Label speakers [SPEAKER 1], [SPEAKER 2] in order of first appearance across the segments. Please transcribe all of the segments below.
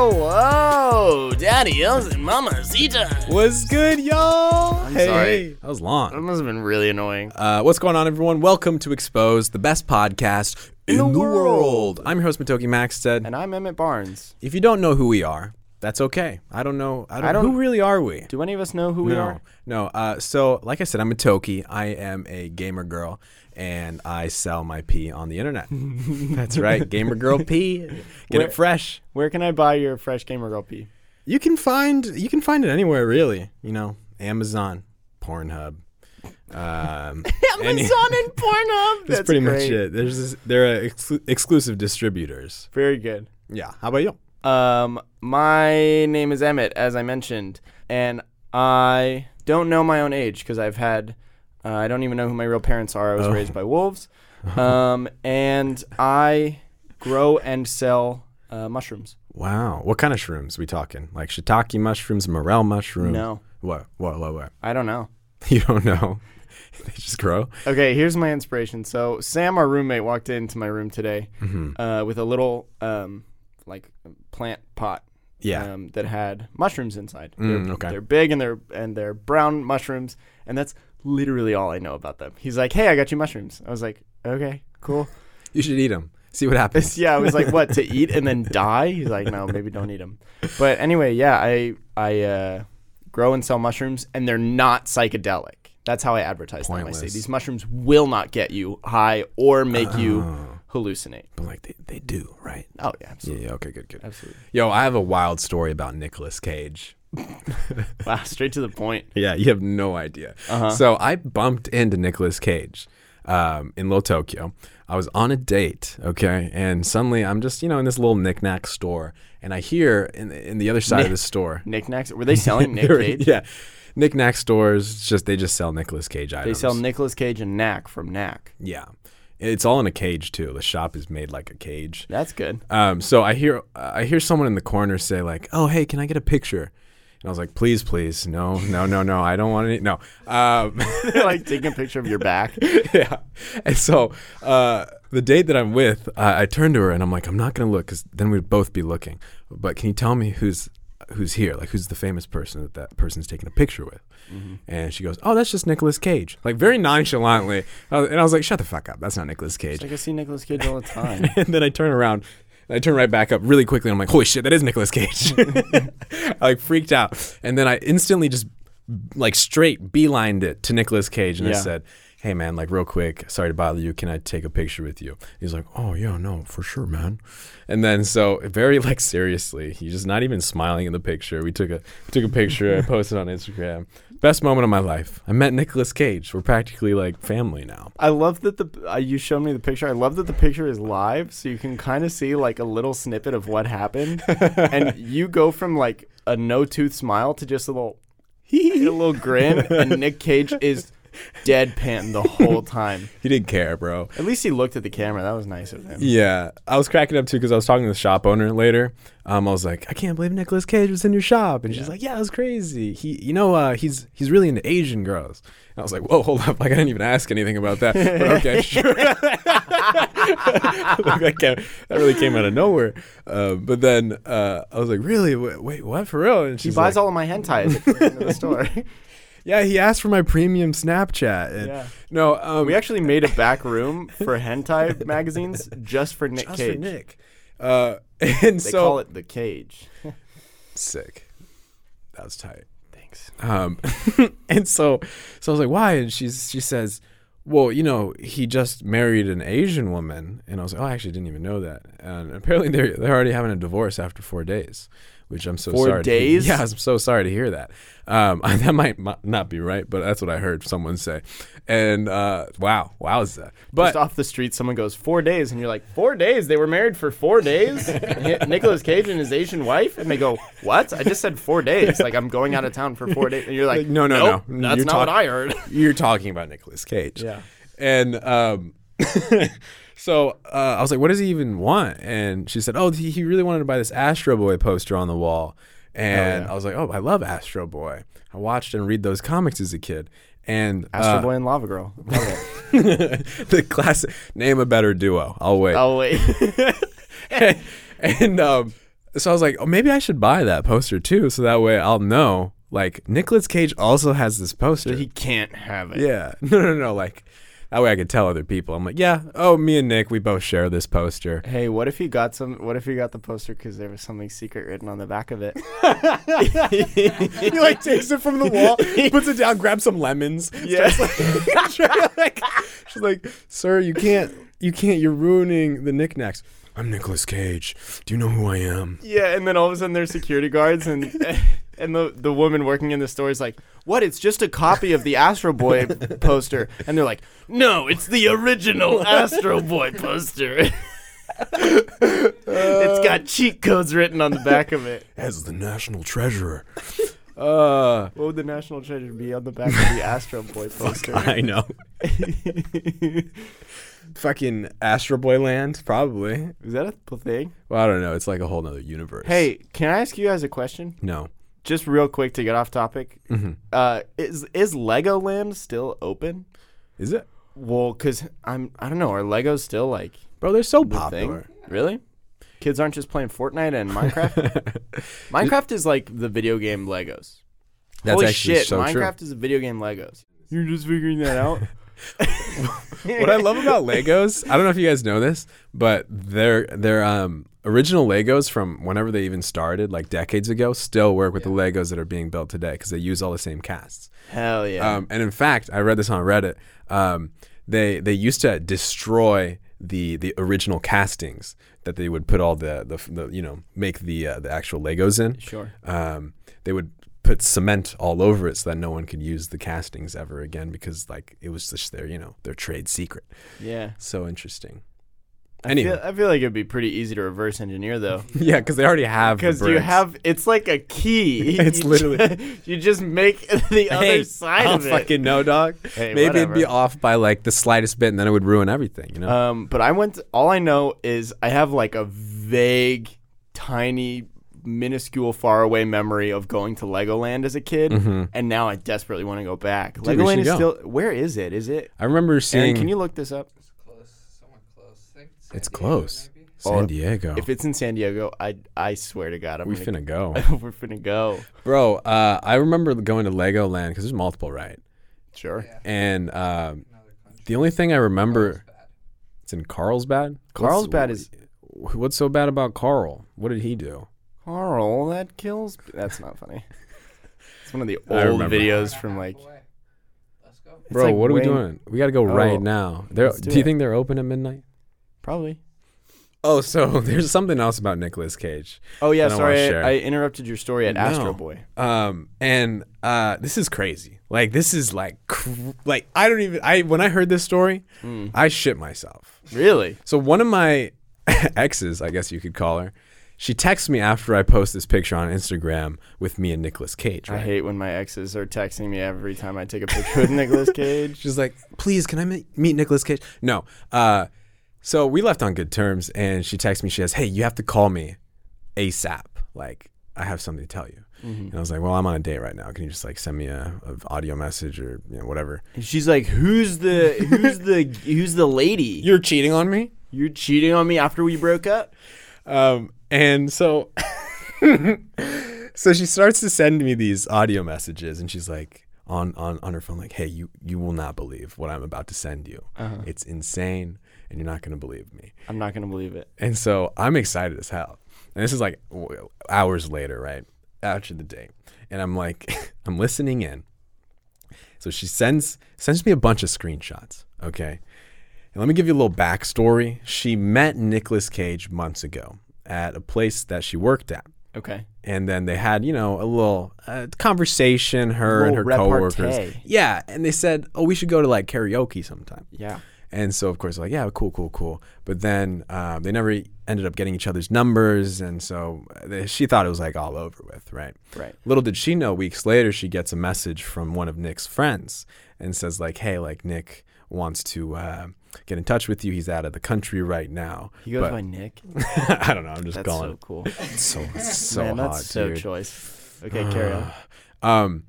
[SPEAKER 1] Hello, Daddy O's and Mama Zita.
[SPEAKER 2] What's good, y'all? I'm
[SPEAKER 1] sorry.
[SPEAKER 2] That was long.
[SPEAKER 1] That must have been really annoying.
[SPEAKER 2] Uh, what's going on, everyone? Welcome to Expose, the best podcast in,
[SPEAKER 1] the
[SPEAKER 2] the
[SPEAKER 1] world.
[SPEAKER 2] world. I'm your host, Matoki Maxted.
[SPEAKER 1] And I'm Emmett Barnes.
[SPEAKER 2] If you don't know who we are, that's okay. I don't know. I don't,
[SPEAKER 1] I don't-
[SPEAKER 2] Who really are we?
[SPEAKER 1] Do any of us know who we
[SPEAKER 2] no,
[SPEAKER 1] are?
[SPEAKER 2] no. Uh, so, like I said, I'm a Toki. I am a gamer girl, and I sell my pee on the internet. That's right, gamer girl pee. Get
[SPEAKER 1] Where-
[SPEAKER 2] it fresh.
[SPEAKER 1] Where can I buy your fresh gamer girl pee?
[SPEAKER 2] You can find you can find it anywhere, really. You know, Amazon, Pornhub. Um, any-
[SPEAKER 1] and Pornhub.
[SPEAKER 2] that's pretty much it. There's this, they're uh, exclu- exclusive distributors.
[SPEAKER 1] Very good.
[SPEAKER 2] Yeah. How about you?
[SPEAKER 1] Um, my name is Emmett, as I mentioned, and I don't know my own age because I've had. Uh, I don't even know who my real parents are. I was raised by wolves, um, and I grow and sell uh, mushrooms.
[SPEAKER 2] Wow. What kind of shrooms we talking? Like shiitake mushrooms, morel mushrooms?
[SPEAKER 1] No.
[SPEAKER 2] What? What? What? What?
[SPEAKER 1] I don't know.
[SPEAKER 2] You don't know? they just grow.
[SPEAKER 1] Okay, here's my inspiration. So Sam, our roommate, walked into my room today uh, with a little um, like plant pot
[SPEAKER 2] Yeah.
[SPEAKER 1] um, that had mushrooms inside.
[SPEAKER 2] Mm,
[SPEAKER 1] they're,
[SPEAKER 2] okay.
[SPEAKER 1] they're big and they're and they're brown mushrooms, and that's literally all I know about them. He's like, "Hey, I got you mushrooms." I was like, "Okay, cool."
[SPEAKER 2] You should eat them. See what happens.
[SPEAKER 1] yeah, I was like, "What to eat and then die?" He's like, "No, maybe don't eat them." But anyway, yeah, I I uh, grow and sell mushrooms, and they're not psychedelic. That's how I advertise them. I say
[SPEAKER 2] Pointless.
[SPEAKER 1] these mushrooms will not get you high or make you
[SPEAKER 2] Oh.
[SPEAKER 1] hallucinate.
[SPEAKER 2] But like they, they do, right?
[SPEAKER 1] Oh yeah, absolutely.
[SPEAKER 2] Yeah. yeah, Okay. Good. Good.
[SPEAKER 1] Absolutely.
[SPEAKER 2] Yo, I have a wild story about Nicolas Cage.
[SPEAKER 1] Wow, straight to the point.
[SPEAKER 2] Yeah, you have no idea.
[SPEAKER 1] Uh-huh.
[SPEAKER 2] So I bumped into Nicolas Cage um, in Little Tokyo. I was on a date, okay, and suddenly I'm just you know in this little knickknack store, and I hear in, in the other side of the store,
[SPEAKER 1] Knickknacks. Were they selling Nick
[SPEAKER 2] There-
[SPEAKER 1] Cage?
[SPEAKER 2] yeah, knickknack stores it's just they just sell Nicolas Cage
[SPEAKER 1] They
[SPEAKER 2] items.
[SPEAKER 1] sell Nicolas Cage and Knack from Knack.
[SPEAKER 2] yeah, it's all in a cage too. The shop is made like a cage.
[SPEAKER 1] That's good.
[SPEAKER 2] Um, so I hear I hear someone in the corner say like, "Oh, hey, can I get a picture?" And I was like, "Please, please, no, no, no, no, I don't want any, no." Um,
[SPEAKER 1] like taking a picture of your back.
[SPEAKER 2] yeah. And so uh, the date that I'm with, I I turned to her and I'm like, I'm not gonna look because then we'd both be looking. But can you tell me who's who's here? Like, who's the famous person that that person's taking a picture with? And she goes, Oh, that's just Nicolas Cage. Like very nonchalantly. Uh, and I was like, Shut the fuck up. That's not Nicolas Cage.
[SPEAKER 1] Like I see Nicolas Cage all the time.
[SPEAKER 2] and then I turn around. and I turn right back up really quickly. And I'm like, holy shit, that is Nicolas Cage. I like freaked out. And then I instantly just like straight beelined it to Nicolas Cage. And
[SPEAKER 1] Yeah.
[SPEAKER 2] I said, hey man, like real quick, sorry to bother you. Can I take a picture with you? He's like, oh yeah, no, for sure, man. And then so very like seriously, he's just not even smiling in the picture. We took a took a picture. I posted on Instagram. Best moment of my life. I met Nicolas Cage. We're practically like family now.
[SPEAKER 1] I love that the uh, you showed me the picture. I love that the picture is live, so you can kind of see like a little snippet of what happened, and you go from like a no tooth smile to just a little, a little grin, and Nick Cage is deadpan the whole time.
[SPEAKER 2] He didn't care, bro.
[SPEAKER 1] At least he looked at the camera. That was nice of him.
[SPEAKER 2] Yeah, I was cracking up too because I was talking to the shop owner later. Um, I was like, I can't believe Nicolas Cage was in your shop, and she's like, Yeah, it was crazy. He, you know, uh, he's he's really into Asian girls. And I was like, Whoa, hold up! Like I didn't even ask anything about that. But okay, sure. like, that, came, that really came out of nowhere. Uh, but then uh, I was like, Really? Wait, wait, what? For real? And
[SPEAKER 1] He
[SPEAKER 2] she's
[SPEAKER 1] buys
[SPEAKER 2] like,
[SPEAKER 1] all of my hentai at the, end of the store.
[SPEAKER 2] Yeah, he asked for my premium Snapchat. And
[SPEAKER 1] Yeah.
[SPEAKER 2] No, um,
[SPEAKER 1] We actually made a back room for hentai magazines just for Nick
[SPEAKER 2] asked
[SPEAKER 1] Cage.
[SPEAKER 2] for Nick. Uh,
[SPEAKER 1] They
[SPEAKER 2] and so
[SPEAKER 1] call it the cage.
[SPEAKER 2] sick. That was tight.
[SPEAKER 1] Thanks.
[SPEAKER 2] Um, and so, so I was like, why? And she's, she says, well, you know, he just married an Asian woman. And I was like, oh, I actually didn't even know that. And apparently they're, they're already having a divorce after four days, which I'm so
[SPEAKER 1] Four
[SPEAKER 2] sorry. to hear-
[SPEAKER 1] days?
[SPEAKER 2] yeah, I'm so sorry to hear that. Um, that might mo- not be right, but that's what I heard someone say. And, uh, wow, wow is that? But
[SPEAKER 1] Just off the street, someone goes four days, and you're like, four days? They were married for four days. Nicholas Cage and his Asian wife, and they go, what? I just said four days. Like I'm going out of town for four days, and you're like,
[SPEAKER 2] Like, no, no,
[SPEAKER 1] "Nope,
[SPEAKER 2] no.
[SPEAKER 1] that's
[SPEAKER 2] You're
[SPEAKER 1] not
[SPEAKER 2] talk-
[SPEAKER 1] what I heard.
[SPEAKER 2] you're talking about Nicolas Cage.
[SPEAKER 1] Yeah.
[SPEAKER 2] And um, so uh, I was like, what does he even want? And she said, oh, he, he really wanted to buy this Astro Boy poster on the wall. And
[SPEAKER 1] yeah.
[SPEAKER 2] I was like, oh, I love Astro Boy. I watched and read those comics as a kid. and
[SPEAKER 1] Astro
[SPEAKER 2] uh,
[SPEAKER 1] Boy and Lava Girl. Love it.
[SPEAKER 2] the classic name a better duo. I'll wait.
[SPEAKER 1] oh wait.
[SPEAKER 2] and um, so I was like, oh, maybe I should buy that poster too, so that way I'll know. Like Nicolas Cage also has this poster.
[SPEAKER 1] he can't have it.
[SPEAKER 2] yeah, no, no, no. Like that way I could tell other people. I'm like, yeah, oh, me and Nick, we both share this poster.
[SPEAKER 1] Hey, what if he got some? What if he got the poster because there was something secret written on the back of it?
[SPEAKER 2] he like takes it from the wall, puts it down, grabs some lemons.
[SPEAKER 1] Yeah.
[SPEAKER 2] starts, like, she's like, sir, you can't, you can't. You're ruining the knickknacks. I'm Nicolas Cage. Do you know who I am?
[SPEAKER 1] Yeah, and then all of a sudden there's security guards and and the the woman working in the store is like, "What? It's just a copy of the Astro Boy poster." And they're like, "No, it's the original Astro Boy poster. it's got cheat codes written on the back of it."
[SPEAKER 2] As the national treasurer. uh,
[SPEAKER 1] What would the national treasure be on the back of the Astro Boy poster?
[SPEAKER 2] I know. Fucking Astro Boy Land, probably.
[SPEAKER 1] Is that a thing?
[SPEAKER 2] Well, I don't know. It's like a whole nother universe.
[SPEAKER 1] Hey, can I ask you guys a question?
[SPEAKER 2] No.
[SPEAKER 1] Just real quick to get off topic.
[SPEAKER 2] hmm
[SPEAKER 1] Uh, is is Legoland still open?
[SPEAKER 2] Is it?
[SPEAKER 1] Well, cause I'm I don't know. Are Legos still like
[SPEAKER 2] Bro, they're so
[SPEAKER 1] the
[SPEAKER 2] popular.
[SPEAKER 1] thing? Really? Kids aren't just playing Fortnite and Minecraft. Minecraft is like the video game Legos.
[SPEAKER 2] That's
[SPEAKER 1] Holy
[SPEAKER 2] actually
[SPEAKER 1] shit!
[SPEAKER 2] so true.
[SPEAKER 1] Minecraft is a video game Legos. You're just figuring that out.
[SPEAKER 2] what I love about Legos, I don't know if you guys know this, but their their um original Legos from whenever they even started, like decades ago, still work with the Legos that are being built today because they use all the same casts.
[SPEAKER 1] Hell yeah!
[SPEAKER 2] Um, and in fact, I read this on Reddit. Um, they they used to destroy the the original castings that they would put all the the, the you know make the uh, the actual Legos in.
[SPEAKER 1] sure.
[SPEAKER 2] Um, they would put cement all over it so that no one could use the castings ever again because like it was just their you know their trade secret.
[SPEAKER 1] Yeah.
[SPEAKER 2] So interesting.
[SPEAKER 1] I
[SPEAKER 2] Anyway.
[SPEAKER 1] feel, I feel like it'd be pretty easy to reverse engineer though.
[SPEAKER 2] Yeah, because they already have. the
[SPEAKER 1] Because you
[SPEAKER 2] bricks.
[SPEAKER 1] have, it's like a key.
[SPEAKER 2] It's
[SPEAKER 1] You
[SPEAKER 2] literally-
[SPEAKER 1] ju- you just make the other
[SPEAKER 2] Hey,
[SPEAKER 1] side
[SPEAKER 2] I don't
[SPEAKER 1] of it.
[SPEAKER 2] fucking know, dog.
[SPEAKER 1] Hey,
[SPEAKER 2] Maybe it'd be
[SPEAKER 1] whatever.
[SPEAKER 2] off by like the slightest bit, and then it would ruin everything. You know.
[SPEAKER 1] Um, but I went. all I know is I have like a vague, tiny, minuscule, faraway memory of going to Legoland as a kid, and now I desperately want to go back.
[SPEAKER 2] Mm-hmm. we
[SPEAKER 1] Legoland
[SPEAKER 2] should
[SPEAKER 1] is
[SPEAKER 2] go.
[SPEAKER 1] still. Where is it? Is it?
[SPEAKER 2] I remember
[SPEAKER 1] Aaron,
[SPEAKER 2] seeing.
[SPEAKER 1] can you look this up?
[SPEAKER 3] close, somewhat close. I think San
[SPEAKER 2] It's
[SPEAKER 3] Diego,
[SPEAKER 2] close.
[SPEAKER 3] maybe.
[SPEAKER 1] Or
[SPEAKER 2] San Diego.
[SPEAKER 1] If it's in San Diego, I I swear to God, I'm
[SPEAKER 2] Oh. we
[SPEAKER 1] gonna,
[SPEAKER 2] finna go,
[SPEAKER 1] we're finna go.
[SPEAKER 2] bro. Uh, I remember going to Legoland because there's multiple, right?
[SPEAKER 1] Sure.
[SPEAKER 3] Yeah,
[SPEAKER 2] And um,
[SPEAKER 3] another country.
[SPEAKER 2] the only thing I remember,
[SPEAKER 3] It's bad.
[SPEAKER 2] it's in Carlsbad. What's-
[SPEAKER 1] Carlsbad is
[SPEAKER 2] wh- What's so bad about Carl? What did he do?
[SPEAKER 1] Carl. That kills. That's not funny. It's one of the
[SPEAKER 2] I
[SPEAKER 1] old
[SPEAKER 2] remember.
[SPEAKER 1] videos
[SPEAKER 3] Half
[SPEAKER 1] from like.
[SPEAKER 3] away. Let's go.
[SPEAKER 2] Bro,
[SPEAKER 1] like
[SPEAKER 2] what are we
[SPEAKER 1] Wayne-
[SPEAKER 2] doing? We gotta go
[SPEAKER 1] Oh,
[SPEAKER 2] right now. They're,
[SPEAKER 1] let's do
[SPEAKER 2] do you
[SPEAKER 1] it.
[SPEAKER 2] think they're open at midnight?
[SPEAKER 1] Probably.
[SPEAKER 2] Oh, so there's something else about Nicolas Cage.
[SPEAKER 1] Oh yeah,
[SPEAKER 2] Then I wanna
[SPEAKER 1] sorry,
[SPEAKER 2] share.
[SPEAKER 1] I, I interrupted your story at Astro
[SPEAKER 2] No.
[SPEAKER 1] Boy.
[SPEAKER 2] Um, and uh, this is crazy. Like this is like cr- like I don't even I when I heard this story, I shit myself.
[SPEAKER 1] Really?
[SPEAKER 2] So one of my exes, I guess you could call her, she texts me after I post this picture on Instagram with me and Nicolas Cage.
[SPEAKER 1] I
[SPEAKER 2] Right?
[SPEAKER 1] hate when my exes are texting me every time I take a picture with Nicolas Cage.
[SPEAKER 2] She's like, "Please, can I meet, meet Nicolas Cage?" No. Uh, so we left on good terms, and she texts me. She says, "Hey, you have to call me ASAP. Like, I have something to tell you." And I was like, "Well, I'm on a date right now. Can you just like send me a, a audio message or you know, whatever?"
[SPEAKER 1] And she's like, "Who's the who's the who's the lady?
[SPEAKER 2] You're cheating on me.
[SPEAKER 1] You're cheating on me after we broke up?"
[SPEAKER 2] Um, and so, so she starts to send me these audio messages, and she's like on on on her phone, like, "Hey, you you will not believe what I'm about to send you. It's insane, and you're not gonna believe me."
[SPEAKER 1] I'm not gonna believe it.
[SPEAKER 2] And so I'm excited as hell. And this is like w- hours later, right? After the date. And I'm like, I'm listening in. So she sends sends me a bunch of screenshots. Okay. And let me give you a little backstory. She met Nicolas Cage months ago at a place that she worked at.
[SPEAKER 1] Okay.
[SPEAKER 2] And then they had, you know, a little uh, conversation, her and her
[SPEAKER 1] Little
[SPEAKER 2] coworkers.
[SPEAKER 1] repartee.
[SPEAKER 2] Yeah. And they said, oh, we should go to like karaoke sometime.
[SPEAKER 1] Yeah.
[SPEAKER 2] And so, of course, like, yeah, cool, cool, cool. But then um, they never ended up getting each other's numbers. And so uh, they, she thought it was like all over with, right?
[SPEAKER 1] Right.
[SPEAKER 2] Little did she know, weeks later, she gets a message from one of Nick's friends and says, like, hey, like, Nick wants to uh, get in touch with you. He's out of the country right now.
[SPEAKER 1] He goes
[SPEAKER 2] But-
[SPEAKER 1] by Nick.
[SPEAKER 2] I don't know. I'm just
[SPEAKER 1] That's
[SPEAKER 2] calling.
[SPEAKER 1] so cool.
[SPEAKER 2] it. so, it's so
[SPEAKER 1] Man,
[SPEAKER 2] hot.
[SPEAKER 1] that's so
[SPEAKER 2] dude.
[SPEAKER 1] choice. Okay, carry on.
[SPEAKER 2] Um,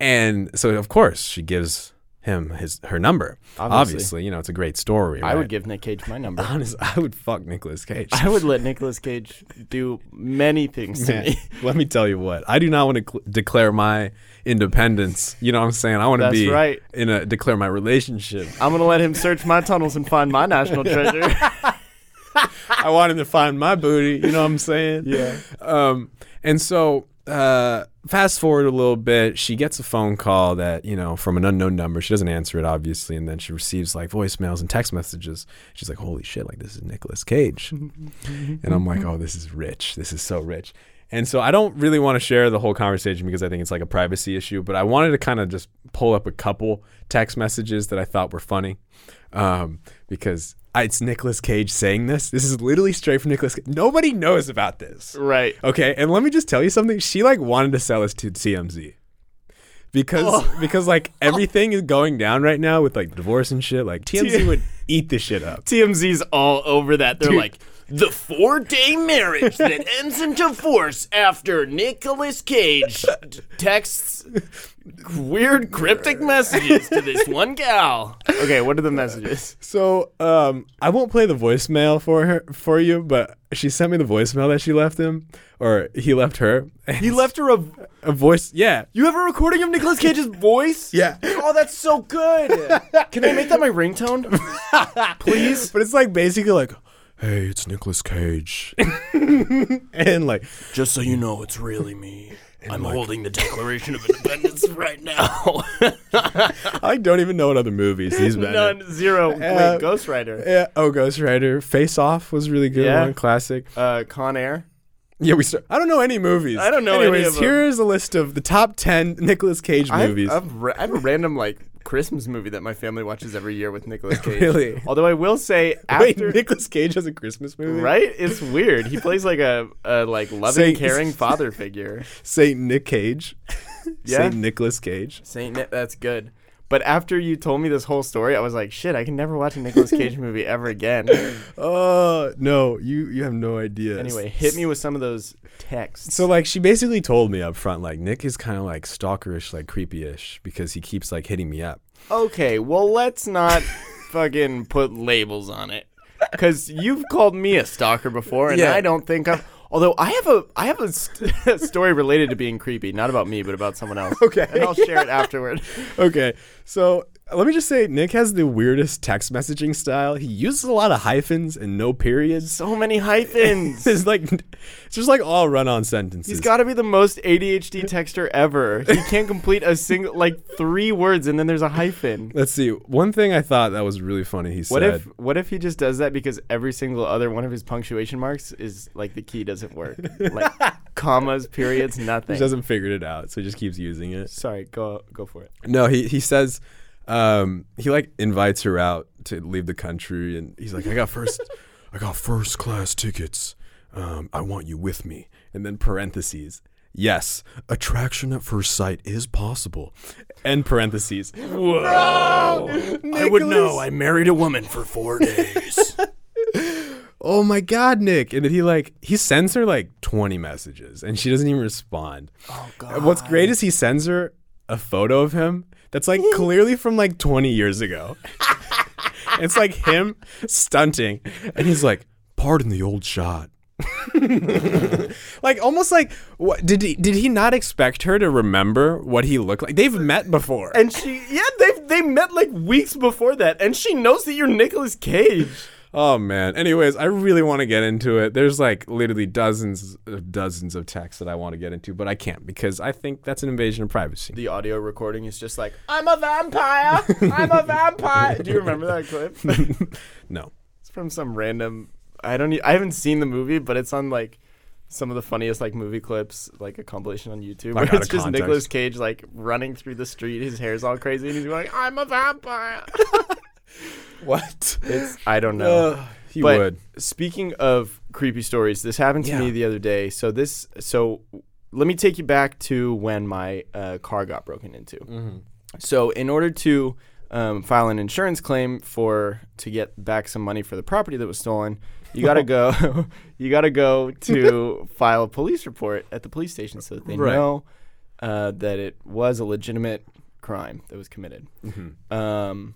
[SPEAKER 2] and so of course she gives him his her number. Obviously,
[SPEAKER 1] Obviously.
[SPEAKER 2] you know it's a great story.
[SPEAKER 1] I
[SPEAKER 2] right?
[SPEAKER 1] would give Nick Cage my number.
[SPEAKER 2] Honest, I would fuck Nicolas Cage.
[SPEAKER 1] I would let Nicolas Cage do many things to
[SPEAKER 2] Man,
[SPEAKER 1] me.
[SPEAKER 2] let me tell you what. I do not want to cl- declare my independence. You know what I'm saying? I want to
[SPEAKER 1] That's
[SPEAKER 2] be
[SPEAKER 1] right.
[SPEAKER 2] in a declare my relationship.
[SPEAKER 1] I'm gonna let him search my tunnels and find my national treasure.
[SPEAKER 2] I want him to find my booty. You know what I'm saying?
[SPEAKER 1] Yeah.
[SPEAKER 2] Um, and so uh, fast forward a little bit, she gets a phone call that you know from an unknown number. She doesn't answer it obviously, and then she receives like voicemails and text messages. She's like, "Holy shit! Like this is Nicolas Cage," and I'm like, "Oh, this is rich. This is so rich." And so I don't really want to share the whole conversation because I think it's like a privacy issue, but I wanted to kind of just pull up a couple text messages that I thought were funny um, because I, it's Nicolas Cage saying this. This is literally straight from Nicolas Cage. Nobody knows about this.
[SPEAKER 1] right.
[SPEAKER 2] Okay, and let me just tell you something. She like wanted to sell us to TMZ because because like everything is going down right now with like divorce and shit. Like TMZ would eat this shit up.
[SPEAKER 1] TMZ's all over that. They're
[SPEAKER 2] Dude.
[SPEAKER 1] like, the four day marriage that ends in divorce after Nicolas Cage d- texts weird cryptic messages to this one gal. Okay, what are the messages?
[SPEAKER 2] So um, I won't play the voicemail for her for you, but she sent me the voicemail that she left him or he left her.
[SPEAKER 1] He left her a.
[SPEAKER 2] a voice. Yeah,
[SPEAKER 1] You have a recording of Nicolas Cage's voice?
[SPEAKER 2] yeah.
[SPEAKER 1] Oh, that's so good. Can I make that my ringtone?
[SPEAKER 2] Please, but it's like basically like, hey, it's Nicolas Cage, and like
[SPEAKER 1] Just so you know, it's really me. I'm holding the Declaration of Independence right now.
[SPEAKER 2] I don't even know what other movies he's been. in.
[SPEAKER 1] None, zero.
[SPEAKER 2] Uh,
[SPEAKER 1] Wait, Ghost Rider.
[SPEAKER 2] Yeah. Oh, Ghost Rider. Face Off was really good.
[SPEAKER 1] Yeah.
[SPEAKER 2] One classic.
[SPEAKER 1] Uh, Con Air.
[SPEAKER 2] Yeah, we. Start, I don't know any movies.
[SPEAKER 1] I don't know any
[SPEAKER 2] Anyways,
[SPEAKER 1] of 'em.
[SPEAKER 2] here is a list of the top ten Nicolas Cage
[SPEAKER 1] I have-
[SPEAKER 2] movies.
[SPEAKER 1] I have, ra- I have a random like Christmas movie that my family watches every year with Nicolas Cage.
[SPEAKER 2] Really?
[SPEAKER 1] Although I will say
[SPEAKER 2] Wait,
[SPEAKER 1] after
[SPEAKER 2] Nicolas Cage has a Christmas movie.
[SPEAKER 1] right, it's weird. He plays like a, a like loving,
[SPEAKER 2] Saint-
[SPEAKER 1] caring father figure.
[SPEAKER 2] Saint Nick Cage.
[SPEAKER 1] Yeah.
[SPEAKER 2] Saint Nicolas Cage.
[SPEAKER 1] Saint Nick, that's good. But after you told me this whole story, I was like, shit, I can never watch a Nicolas Cage movie ever again.
[SPEAKER 2] Oh no, you you have no idea.
[SPEAKER 1] Anyway, hit me with some of those texts.
[SPEAKER 2] So like she basically told me up front like Nick is kind of like stalkerish, like creepy-ish because he keeps like hitting me up.
[SPEAKER 1] okay, well let's not fucking put labels on it, because you've called me a stalker before, and
[SPEAKER 2] Yeah.
[SPEAKER 1] I don't think I'm. Although I have a I have a, st- a story related to being creepy, not about me, but about someone else.
[SPEAKER 2] Okay.
[SPEAKER 1] and I'll share it afterward.
[SPEAKER 2] okay, so let me just say Nick has the weirdest text messaging style. He uses a lot of hyphens and no periods.
[SPEAKER 1] So many hyphens.
[SPEAKER 2] It's like it's just like all run-on sentences.
[SPEAKER 1] He's got to be the most ADHD texter ever. He can't complete a single like three words, and then there's a hyphen.
[SPEAKER 2] Let's see. One thing I thought that was really funny. He
[SPEAKER 1] What
[SPEAKER 2] said,
[SPEAKER 1] if what if he just does that because every single other one of his punctuation marks is like the key doesn't work, like commas, periods,
[SPEAKER 2] he
[SPEAKER 1] nothing.
[SPEAKER 2] just hasn't figured it out, so he just keeps using it.
[SPEAKER 1] Sorry, go go for it.
[SPEAKER 2] No, he he says um, he like invites her out to leave the country, and he's like, "I got first, I got first class tickets. Um, I want you with me." And then parentheses. Yes, attraction at first sight is possible. End parentheses.
[SPEAKER 1] Whoa! I would know. I married a woman for four days.
[SPEAKER 2] Oh my God, Nick! And then he like he sends her like twenty messages, and she doesn't even respond.
[SPEAKER 1] oh
[SPEAKER 2] And
[SPEAKER 1] God!
[SPEAKER 2] What's great is he sends her a photo of him that's like clearly from like 20 years ago. it's like him stunting, and he's like, "Pardon the old shot." like almost like what, did he did he not expect her to remember what he looked like? They've met before.
[SPEAKER 1] And she, yeah, they they met like weeks before that, and she knows that you're Nicolas Cage.
[SPEAKER 2] Oh man. Anyways, I really want to get into it. There's like literally dozens of dozens of texts that I want to get into, but I can't because I think that's an invasion of privacy.
[SPEAKER 1] The audio recording is just like, "I'm a vampire. I'm a vampire." Do you remember that clip?
[SPEAKER 2] no.
[SPEAKER 1] It's from some random. I don't. e- I haven't seen the movie, but it's on like some of the funniest like movie clips, like a compilation on YouTube. Where
[SPEAKER 2] Like, out
[SPEAKER 1] it's
[SPEAKER 2] of
[SPEAKER 1] just
[SPEAKER 2] context.
[SPEAKER 1] Nicolas Cage like running through the street. His hair's all crazy, and he's going, "I'm a vampire."
[SPEAKER 2] What?
[SPEAKER 1] I don't know.
[SPEAKER 2] Uh, he
[SPEAKER 1] but
[SPEAKER 2] would.
[SPEAKER 1] speaking of creepy stories, this happened to
[SPEAKER 2] Yeah.
[SPEAKER 1] me the other day. So this. So let me take you back to when my uh, car got broken into.
[SPEAKER 2] Mm-hmm.
[SPEAKER 1] So in order to um, file an insurance claim for to get back some money for the property that was stolen, you gotta go. you gotta go to file a police report at the police station so that they
[SPEAKER 2] Right.
[SPEAKER 1] know uh, that it was a legitimate crime that was committed.
[SPEAKER 2] Mhm.
[SPEAKER 1] Um,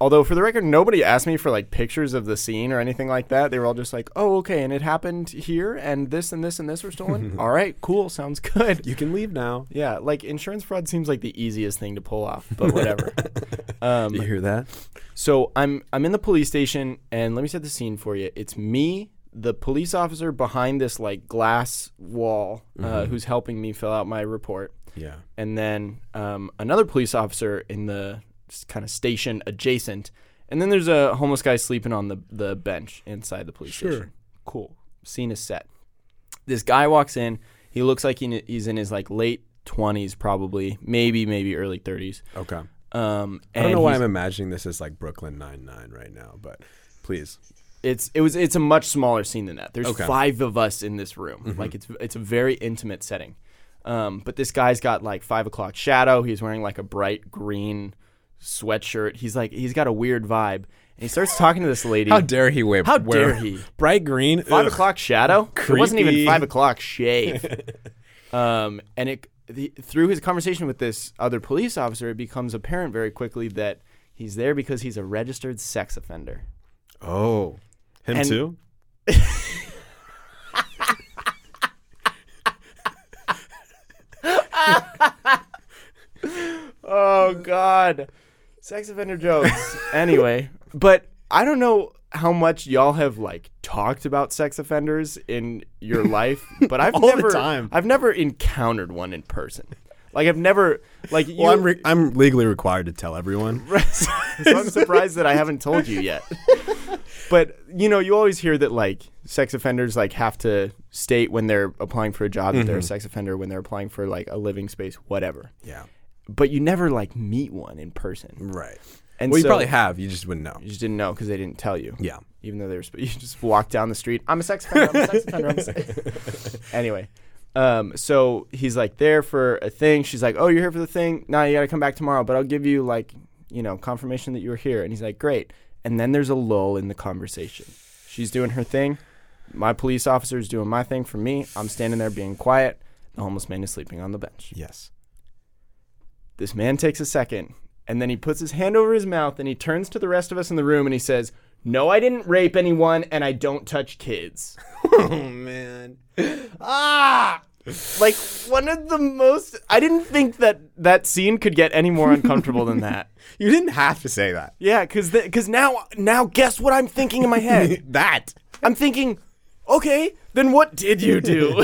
[SPEAKER 1] although, for the record, nobody asked me for like pictures of the scene or anything like that. They were all just like, "Oh, okay, and it happened here, and this and this and this were stolen. all right, cool, sounds good."
[SPEAKER 2] You can leave now.
[SPEAKER 1] Yeah, like insurance fraud seems like the easiest thing to pull off, but whatever. um,
[SPEAKER 2] You hear that?
[SPEAKER 1] so I'm I'm in the police station, and let me set the scene for you. It's me, the police officer behind this like glass wall, uh, who's helping me fill out my report,
[SPEAKER 2] Yeah.
[SPEAKER 1] and then um, another police officer in the kind of station adjacent, and then there's a homeless guy sleeping on the the bench inside the police
[SPEAKER 2] Sure.
[SPEAKER 1] station. Cool. Scene is set. This guy walks in. He looks like he, he's in his like late twenties, probably, maybe maybe early thirties.
[SPEAKER 2] Okay.
[SPEAKER 1] Um,
[SPEAKER 2] Oh. I don't
[SPEAKER 1] and
[SPEAKER 2] know why
[SPEAKER 1] he's-
[SPEAKER 2] I'm imagining this as like Brooklyn Nine Nine right now, but please.
[SPEAKER 1] it's it was it's a much smaller scene than that. There's
[SPEAKER 2] Okay. Mm-hmm.
[SPEAKER 1] five of us in this room. Like it's it's a very intimate setting. Um, but this guy's got like five o'clock shadow. He's wearing like a bright green sweatshirt. He's like he's got a weird vibe. And he starts talking to this lady.
[SPEAKER 2] How dare he wear?
[SPEAKER 1] How
[SPEAKER 2] wear-
[SPEAKER 1] dare he?
[SPEAKER 2] Bright green.
[SPEAKER 1] five
[SPEAKER 2] ugh.
[SPEAKER 1] o'clock shadow. It wasn't even
[SPEAKER 2] Creepy.
[SPEAKER 1] five o'clock shave. um, and it the, through his conversation with this other police officer, it becomes apparent very quickly that he's there because he's a registered sex offender.
[SPEAKER 2] Oh, him
[SPEAKER 1] And-
[SPEAKER 2] too.
[SPEAKER 1] Oh God, sex offender jokes. anyway, but I don't know how much y'all have like talked about sex offenders in your life, but I've
[SPEAKER 2] All the
[SPEAKER 1] never,
[SPEAKER 2] time.
[SPEAKER 1] I've never encountered one in person. Like I've never, like you.
[SPEAKER 2] Well, I'm re- I'm legally required to tell everyone.
[SPEAKER 1] so I'm surprised that I haven't told you yet. But you know, you always hear that like sex offenders like have to state when they're applying for a job that
[SPEAKER 2] Mm-hmm.
[SPEAKER 1] they're a sex offender, when they're applying for like a living space, whatever.
[SPEAKER 2] Yeah.
[SPEAKER 1] But you never like meet one in person.
[SPEAKER 2] Right.
[SPEAKER 1] And
[SPEAKER 2] well, you
[SPEAKER 1] so-
[SPEAKER 2] probably have. You just wouldn't know.
[SPEAKER 1] You just didn't know because they didn't tell you.
[SPEAKER 2] Yeah.
[SPEAKER 1] Even though they were, sp- you just walk down the street. I'm a sex offender. I'm a sex offender. I'm a sex-" anyway, um, so he's like there for a thing. She's like, "Oh, you're here for the thing. Nah, you gotta come back tomorrow. But I'll give you like, you know, confirmation that you were here." And he's like, "Great." And then there's a lull in the conversation. She's doing her thing. My police officer's doing my thing for me. I'm standing there being quiet. The homeless man is sleeping on the bench.
[SPEAKER 2] Yes.
[SPEAKER 1] This man takes a second, and then he puts his hand over his mouth and he turns to the rest of us in the room and he says, No, I didn't rape anyone and I don't touch kids.
[SPEAKER 2] Oh man.
[SPEAKER 1] Ah! Like one of the most. I didn't think that that scene could get any more uncomfortable than that.
[SPEAKER 2] You didn't have to say that.
[SPEAKER 1] Yeah, because because now now guess what I'm thinking in my head.
[SPEAKER 2] that.
[SPEAKER 1] I'm thinking, okay, then what did you do?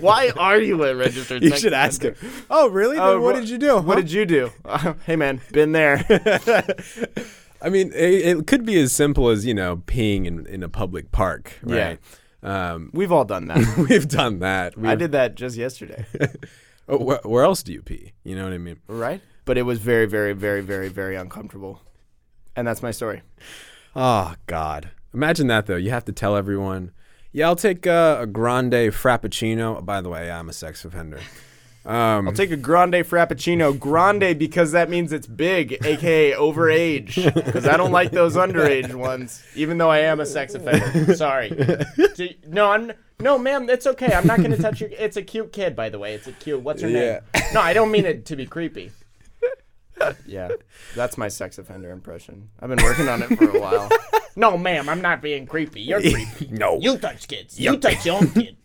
[SPEAKER 1] Why are you a registered?
[SPEAKER 2] You
[SPEAKER 1] sex
[SPEAKER 2] should ask him.
[SPEAKER 1] offender?
[SPEAKER 2] Oh really?
[SPEAKER 1] Oh,
[SPEAKER 2] then what
[SPEAKER 1] wha-
[SPEAKER 2] did you do?
[SPEAKER 1] What did you do? hey man, been there.
[SPEAKER 2] I mean, it, it could be as simple as you know peeing in, in a public park, right? Um,
[SPEAKER 1] We've all done that.
[SPEAKER 2] we've done that. We,
[SPEAKER 1] I did that just yesterday,
[SPEAKER 2] Oh, wh- where else do you pee? You know what I mean?
[SPEAKER 1] right? But it was very, very, very, very, very uncomfortable. And that's my story.
[SPEAKER 2] Oh God! Imagine that though. You have to tell everyone. Yeah, I'll take uh, a grande frappuccino. By the way, I'm a sex offender. Um,
[SPEAKER 1] Take a grande frappuccino, grande because that means it's big, aka overage. Because I don't like those underage ones, even though I am a sex offender. Sorry. Do- no, I'm no, ma'am. It's okay. I'm not going to touch your. It's a cute kid, by the way. It's a cute. What's her name? No, I don't mean it to be creepy. Yeah, that's my sex offender impression. I've been working on it for a while. No, ma'am, I'm not being creepy. You're creepy.
[SPEAKER 2] no.
[SPEAKER 4] You touch kids. You touch your own kid.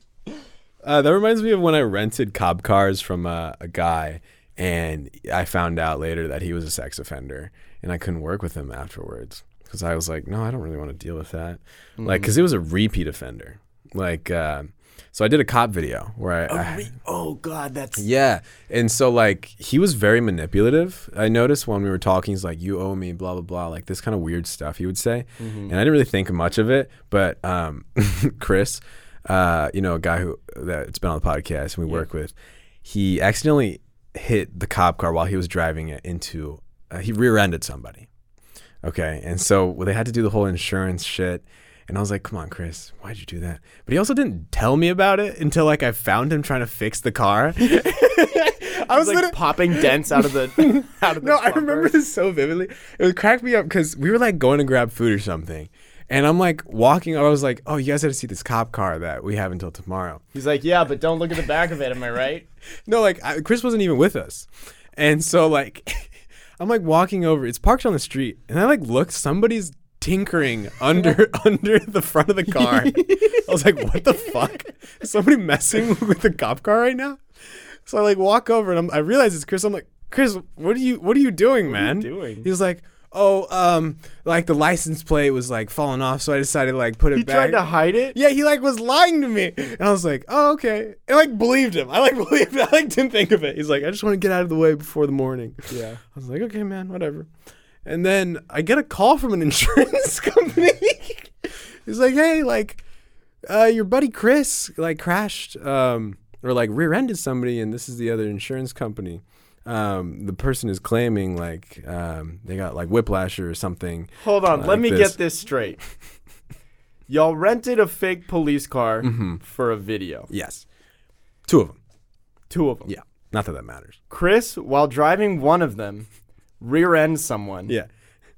[SPEAKER 2] Uh, that reminds me of when I rented cop cars from uh, a guy, and I found out later that he was a sex offender, and I couldn't work with him afterwards because I was like, no, I don't really want to deal with that, Like 'cause like because it was a repeat offender. Like, uh, so I did a cop video where I, I
[SPEAKER 1] Oh God, that's
[SPEAKER 2] yeah, and so like he was very manipulative. I noticed when we were talking, he's like, "You owe me," blah blah blah, like this kind of weird stuff he would say, and I didn't really think much of it. But um, Chris, uh, you know, a guy who that's been on the podcast and we work with, he accidentally hit the cop car while he was driving it into. Uh, he rear-ended somebody. Okay, and so well, they had to do the whole insurance shit. And I was like, come on, Chris, why'd you do that? But he also didn't tell me about it until like I found him trying to fix the car. I was
[SPEAKER 1] like
[SPEAKER 2] literally-
[SPEAKER 1] popping dents out of the out of the
[SPEAKER 2] no, I
[SPEAKER 1] bumper.
[SPEAKER 2] remember this so vividly. It would crack me up because we were like going to grab food or something. And I'm like walking, I was like, oh, you guys have to see this cop car that we have until tomorrow.
[SPEAKER 1] He's like, yeah, but don't look at the back of it. Am I right?
[SPEAKER 2] No, like I, Chris wasn't even with us. And so like I'm like walking over, it's parked on the street, and I like look, somebody's tinkering under under the front of the car. I was like, what the fuck? Is somebody messing with the cop car right now? So I like walk over and I'm, I realize it's Chris. I'm like, Chris, what are you what are you doing, man?
[SPEAKER 1] doing?
[SPEAKER 2] He was like, Oh, um, like the license plate was like falling off, so I decided to like put it
[SPEAKER 1] He
[SPEAKER 2] back.
[SPEAKER 1] tried to hide it.
[SPEAKER 2] Yeah, he like was lying to me, and I was like, "Oh, okay." I like believed him. I like believed. I like didn't think of it. He's like, "I just want to get out of the way before the morning."
[SPEAKER 1] Yeah.
[SPEAKER 2] I was like, "Okay, man, whatever." And then I get a call from an insurance company. He's like, "Hey, like, uh, your buddy Chris like crashed, um, or like rear-ended somebody, and this is the other insurance company." Um, the person is claiming like um, they got like whiplash or something.
[SPEAKER 1] Hold on,
[SPEAKER 2] Like
[SPEAKER 1] let me
[SPEAKER 2] this.
[SPEAKER 1] get this straight. Y'all rented a fake police car
[SPEAKER 2] Mm-hmm.
[SPEAKER 1] for a video.
[SPEAKER 2] Yes, two of them.
[SPEAKER 1] Two of them.
[SPEAKER 2] Yeah, not that that matters.
[SPEAKER 1] Chris, while driving one of them, rear ends someone.
[SPEAKER 2] Yeah.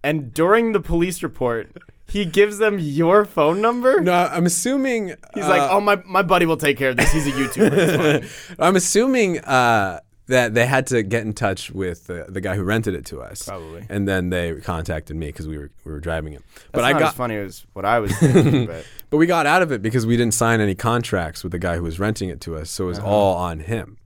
[SPEAKER 1] And during the police report, he gives them your phone number.
[SPEAKER 2] No, I'm assuming uh,
[SPEAKER 1] He's like, "Oh my, my buddy will take care of this. He's a YouTuber." It's fine."
[SPEAKER 2] I'm assuming uh, that they had to get in touch with uh, the guy who rented it to us,
[SPEAKER 1] Probably.
[SPEAKER 2] and then they contacted me because we were we were driving it. But
[SPEAKER 1] That's
[SPEAKER 2] I
[SPEAKER 1] not
[SPEAKER 2] got
[SPEAKER 1] as funny as what I was thinking, but
[SPEAKER 2] but we got out of it because we didn't sign any contracts with the guy who was renting it to us, so it
[SPEAKER 1] Uh-huh.
[SPEAKER 2] was all on him.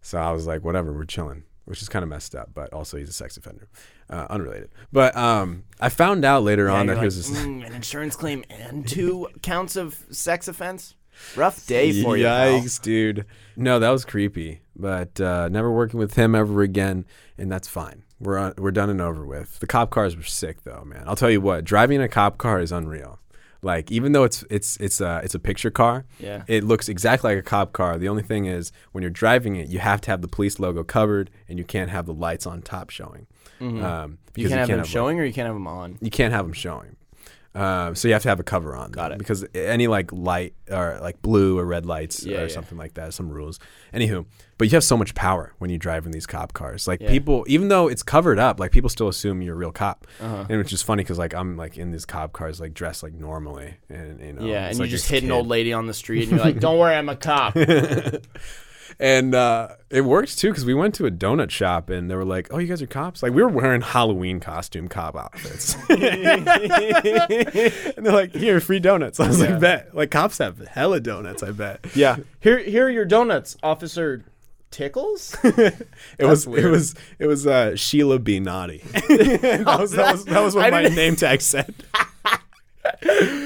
[SPEAKER 2] So I was like, whatever, we're chilling, which is kind of messed up, but also he's a sex offender, uh, unrelated. But um, I found out later on that
[SPEAKER 1] you're
[SPEAKER 2] he was.
[SPEAKER 1] like,
[SPEAKER 2] this-
[SPEAKER 1] "Mm, an insurance claim and two counts of sex offense. Rough day for you. pal."
[SPEAKER 2] Yikes, dude. No, that was creepy. But uh, never working with him ever again, and that's fine. We're on, we're done and over with. The cop cars were sick though, man. I'll tell you what, driving a cop car is unreal. Like even though it's it's it's a it's a picture car,
[SPEAKER 1] Yeah.
[SPEAKER 2] it looks exactly like a cop car. The only thing is when you're driving it, you have to have the police logo covered, and you can't have the lights on top showing. Um, because
[SPEAKER 1] Mm-hmm. You can't have them
[SPEAKER 2] lights
[SPEAKER 1] showing or you can't have them on.
[SPEAKER 2] you can't have them showing. Uh, so you have to have a cover on. Got
[SPEAKER 1] it.
[SPEAKER 2] Because any like light or like blue or red lights
[SPEAKER 1] Yeah,
[SPEAKER 2] or
[SPEAKER 1] yeah.
[SPEAKER 2] something like that, some rules. Anywho, but you have so much power when you drive in these cop cars. Like
[SPEAKER 1] Yeah.
[SPEAKER 2] people, even though it's covered up, like people still assume you're a real cop,
[SPEAKER 1] Uh-huh.
[SPEAKER 2] and which is funny because like I'm like in these cop cars, like dressed like normally, and you know,
[SPEAKER 1] yeah,
[SPEAKER 2] it's
[SPEAKER 1] and
[SPEAKER 2] like
[SPEAKER 1] you just hit
[SPEAKER 2] this
[SPEAKER 1] an
[SPEAKER 2] kid.
[SPEAKER 1] old lady on the street and you're like, "Don't worry, I'm a cop."
[SPEAKER 2] And uh, it works too because we went to a donut shop and they were like, "Oh, you guys are cops!" Like we were wearing Halloween costume cop outfits. and they're like, "Here, free donuts." I was
[SPEAKER 1] Yeah.
[SPEAKER 2] like, "Bet." Like cops have hella donuts. I bet.
[SPEAKER 1] yeah. Here, here are your donuts, Officer Tickles.
[SPEAKER 2] It was. It
[SPEAKER 1] weird.
[SPEAKER 2] was. It was uh, Sheila B. Naughty. that, was, that was. That was
[SPEAKER 1] I
[SPEAKER 2] what my
[SPEAKER 1] didn't-
[SPEAKER 2] name tag said.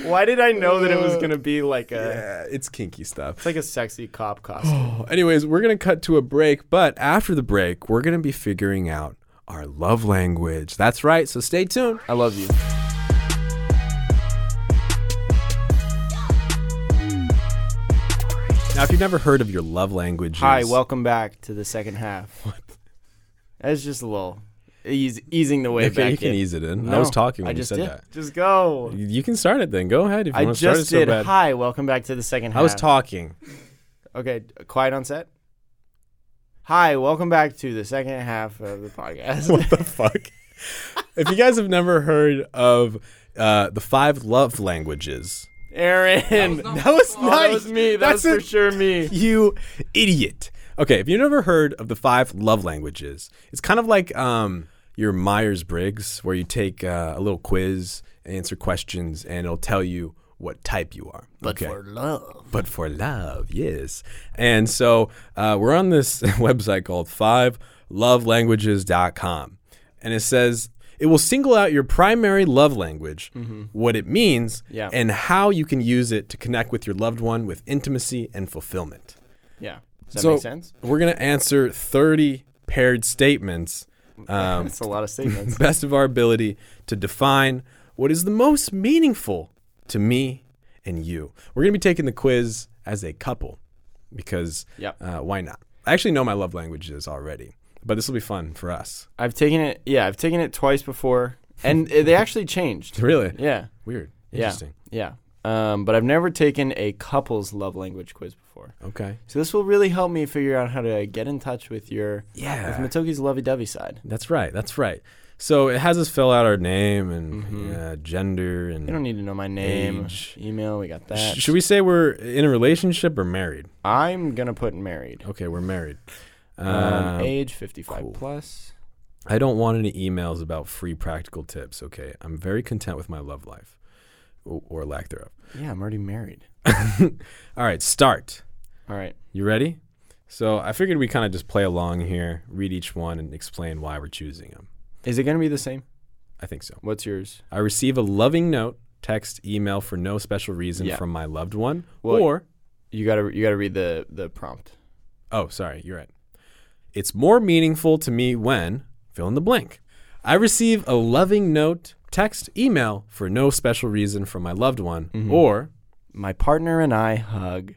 [SPEAKER 1] Why did I know that it was gonna be like a?
[SPEAKER 2] Yeah, it's kinky stuff.
[SPEAKER 1] It's like a sexy cop costume.
[SPEAKER 2] Anyways, we're going to cut to a break, but after the break, we're going to be figuring out our love language. That's right, so stay tuned.
[SPEAKER 1] I love you.
[SPEAKER 2] Now, if you've never heard of your love languages,
[SPEAKER 1] Hi, welcome back to the second half. What? That's just a little ease, easing the way
[SPEAKER 2] okay,
[SPEAKER 1] back
[SPEAKER 2] you can
[SPEAKER 1] in.
[SPEAKER 2] ease it in. I
[SPEAKER 1] No,
[SPEAKER 2] was talking when
[SPEAKER 1] I just
[SPEAKER 2] you said
[SPEAKER 1] did.
[SPEAKER 2] that.
[SPEAKER 1] Just go.
[SPEAKER 2] You you can start it then. Go ahead if you
[SPEAKER 1] I
[SPEAKER 2] want to start it
[SPEAKER 1] just
[SPEAKER 2] so
[SPEAKER 1] did.
[SPEAKER 2] bad.
[SPEAKER 1] Hi, welcome back to the second half.
[SPEAKER 2] I was talking.
[SPEAKER 1] Okay, d- quiet on set. Hi, welcome back to the second half of the podcast.
[SPEAKER 2] What the fuck? if you guys have never heard of uh, the five love languages,
[SPEAKER 1] Aaron, that
[SPEAKER 3] not-
[SPEAKER 2] was
[SPEAKER 1] Oh, that was me. That was for sure me.
[SPEAKER 2] you idiot. Okay, if you've never heard of the five love languages, it's kind of like um, your Myers Briggs, where you take uh, a little quiz, answer questions, and it'll tell you what type you are. But
[SPEAKER 4] For love.
[SPEAKER 2] but for love, yes. And so uh, we're on this website called fivelovelanguages.com. And it says it will single out your primary love language, what it means,
[SPEAKER 1] Yeah.
[SPEAKER 2] and how you can use it to connect with your loved one with intimacy and fulfillment.
[SPEAKER 1] Yeah. Does that
[SPEAKER 2] so
[SPEAKER 1] make sense?
[SPEAKER 2] we're going to answer 30 paired statements, um,
[SPEAKER 1] That's a lot of statements.
[SPEAKER 2] best of our ability to define what is the most meaningful to me and you. We're going to be taking the quiz as a couple because
[SPEAKER 1] Yep.
[SPEAKER 2] uh, why not? I actually know my love languages already, but this will be fun for us.
[SPEAKER 1] I've taken it. Yeah, I've taken it twice before, and uh, they actually changed.
[SPEAKER 2] Really?
[SPEAKER 1] Yeah.
[SPEAKER 2] Weird.
[SPEAKER 1] Yeah.
[SPEAKER 2] Interesting.
[SPEAKER 1] Yeah. Um, but I've never taken a couple's love language quiz before.
[SPEAKER 2] Okay.
[SPEAKER 1] So this will really help me figure out how to get in touch with your
[SPEAKER 2] Yeah.
[SPEAKER 1] with Matoki's lovey-dovey side.
[SPEAKER 2] That's right. That's right. So it has us fill out our name and uh, gender and.
[SPEAKER 1] You Mm-hmm. don't need to know my name,
[SPEAKER 2] Age.
[SPEAKER 1] email. We got that.
[SPEAKER 2] Sh- should we say we're in a relationship or married?
[SPEAKER 1] I'm gonna put married.
[SPEAKER 2] Okay, we're married.
[SPEAKER 1] Um,
[SPEAKER 2] Um,
[SPEAKER 1] age 55
[SPEAKER 2] cool.
[SPEAKER 1] plus.
[SPEAKER 2] I don't want any emails about free practical tips. Okay, I'm very content with my love life, o- or lack thereof.
[SPEAKER 1] Yeah, I'm already married.
[SPEAKER 2] All right, start.
[SPEAKER 1] All right.
[SPEAKER 2] You ready? So I figured we kind of just play along here, read each one, and explain why we're choosing them.
[SPEAKER 1] Is it going to be the same?
[SPEAKER 2] I think so.
[SPEAKER 1] What's yours?
[SPEAKER 2] I receive a loving note, text, email for no special reason
[SPEAKER 1] Yeah.
[SPEAKER 2] from my loved one,
[SPEAKER 1] Well-
[SPEAKER 2] or
[SPEAKER 1] You got to you got to read the the prompt.
[SPEAKER 2] Oh, sorry, you're right. It's more meaningful to me when fill in the blank. I receive a loving note, text, email for no special reason from my loved one, or
[SPEAKER 1] My partner and I hug.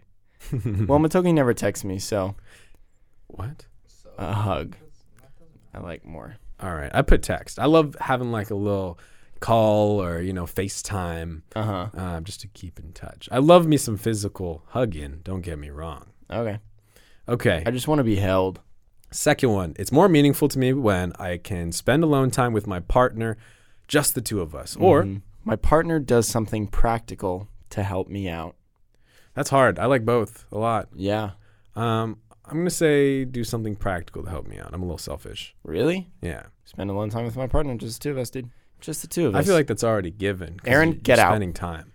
[SPEAKER 1] well, Matoki never texts me, so
[SPEAKER 2] what?
[SPEAKER 1] a hug. I like more.
[SPEAKER 2] All right, I put text. I love having like a little call or you know FaceTime
[SPEAKER 1] Uh-huh.
[SPEAKER 2] um, just to keep in touch. I love me some physical hugging. Don't get me wrong.
[SPEAKER 1] Okay.
[SPEAKER 2] Okay,
[SPEAKER 1] I just want to be held.
[SPEAKER 2] Second one, it's more meaningful to me when I can spend alone time with my partner, just the two of us. Or
[SPEAKER 1] Mhm. my partner does something practical to help me out.
[SPEAKER 2] that's hard. I like both a lot.
[SPEAKER 1] Yeah.
[SPEAKER 2] Um, I'm gonna say do something practical to help me out. I'm a little selfish.
[SPEAKER 1] Really?
[SPEAKER 2] Yeah,
[SPEAKER 1] Spend a long time with my partner, just the two of us, dude. Just the two of us.
[SPEAKER 2] I feel like that's already given. 'cause
[SPEAKER 1] Aaron,
[SPEAKER 2] you're
[SPEAKER 1] get out.
[SPEAKER 2] Spending time.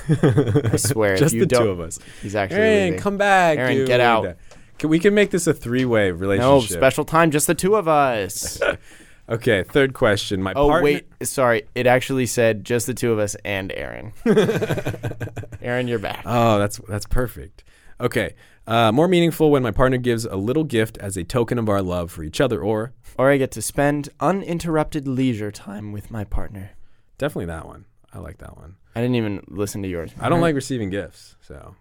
[SPEAKER 1] I swear,
[SPEAKER 2] just
[SPEAKER 1] if you
[SPEAKER 2] the
[SPEAKER 1] don't,
[SPEAKER 2] two of us.
[SPEAKER 1] he's actually
[SPEAKER 2] Aaron,
[SPEAKER 1] leaving.
[SPEAKER 2] come back.
[SPEAKER 1] Aaron,
[SPEAKER 2] dude.
[SPEAKER 1] get out.
[SPEAKER 2] Can, we can make this a three-way
[SPEAKER 1] No
[SPEAKER 2] relationship.
[SPEAKER 1] special time, just the two of us.
[SPEAKER 2] Okay. Third question. My
[SPEAKER 1] oh
[SPEAKER 2] partner.
[SPEAKER 1] wait, sorry. It actually said just the two of us and Aaron. Aaron, you're back.
[SPEAKER 2] Oh, that's that's perfect. Okay. Uh, more meaningful when my partner gives a little gift as a token of our love for each other, or
[SPEAKER 1] Or I get to spend uninterrupted leisure time with my partner.
[SPEAKER 2] definitely that one. I like that one.
[SPEAKER 1] I didn't even listen to yours.
[SPEAKER 2] I don't like receiving gifts, so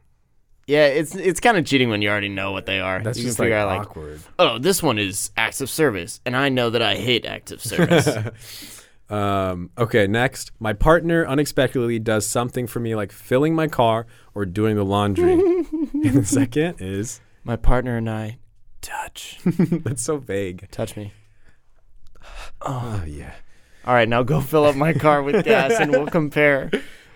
[SPEAKER 1] Yeah, it's it's kind of cheating when you already know what they are.
[SPEAKER 2] that's
[SPEAKER 1] you
[SPEAKER 2] just
[SPEAKER 1] can
[SPEAKER 2] like,
[SPEAKER 1] figure out like,
[SPEAKER 2] awkward.
[SPEAKER 4] Oh, this one is acts of service, and I know that I hate acts of service.
[SPEAKER 2] Um, okay, next, my partner unexpectedly does something for me, like filling my car or doing the laundry. and the second is
[SPEAKER 1] my partner and I touch.
[SPEAKER 2] that's so vague.
[SPEAKER 1] touch me.
[SPEAKER 2] Oh yeah.
[SPEAKER 1] All right, now go fill up my car with gas and we'll compare.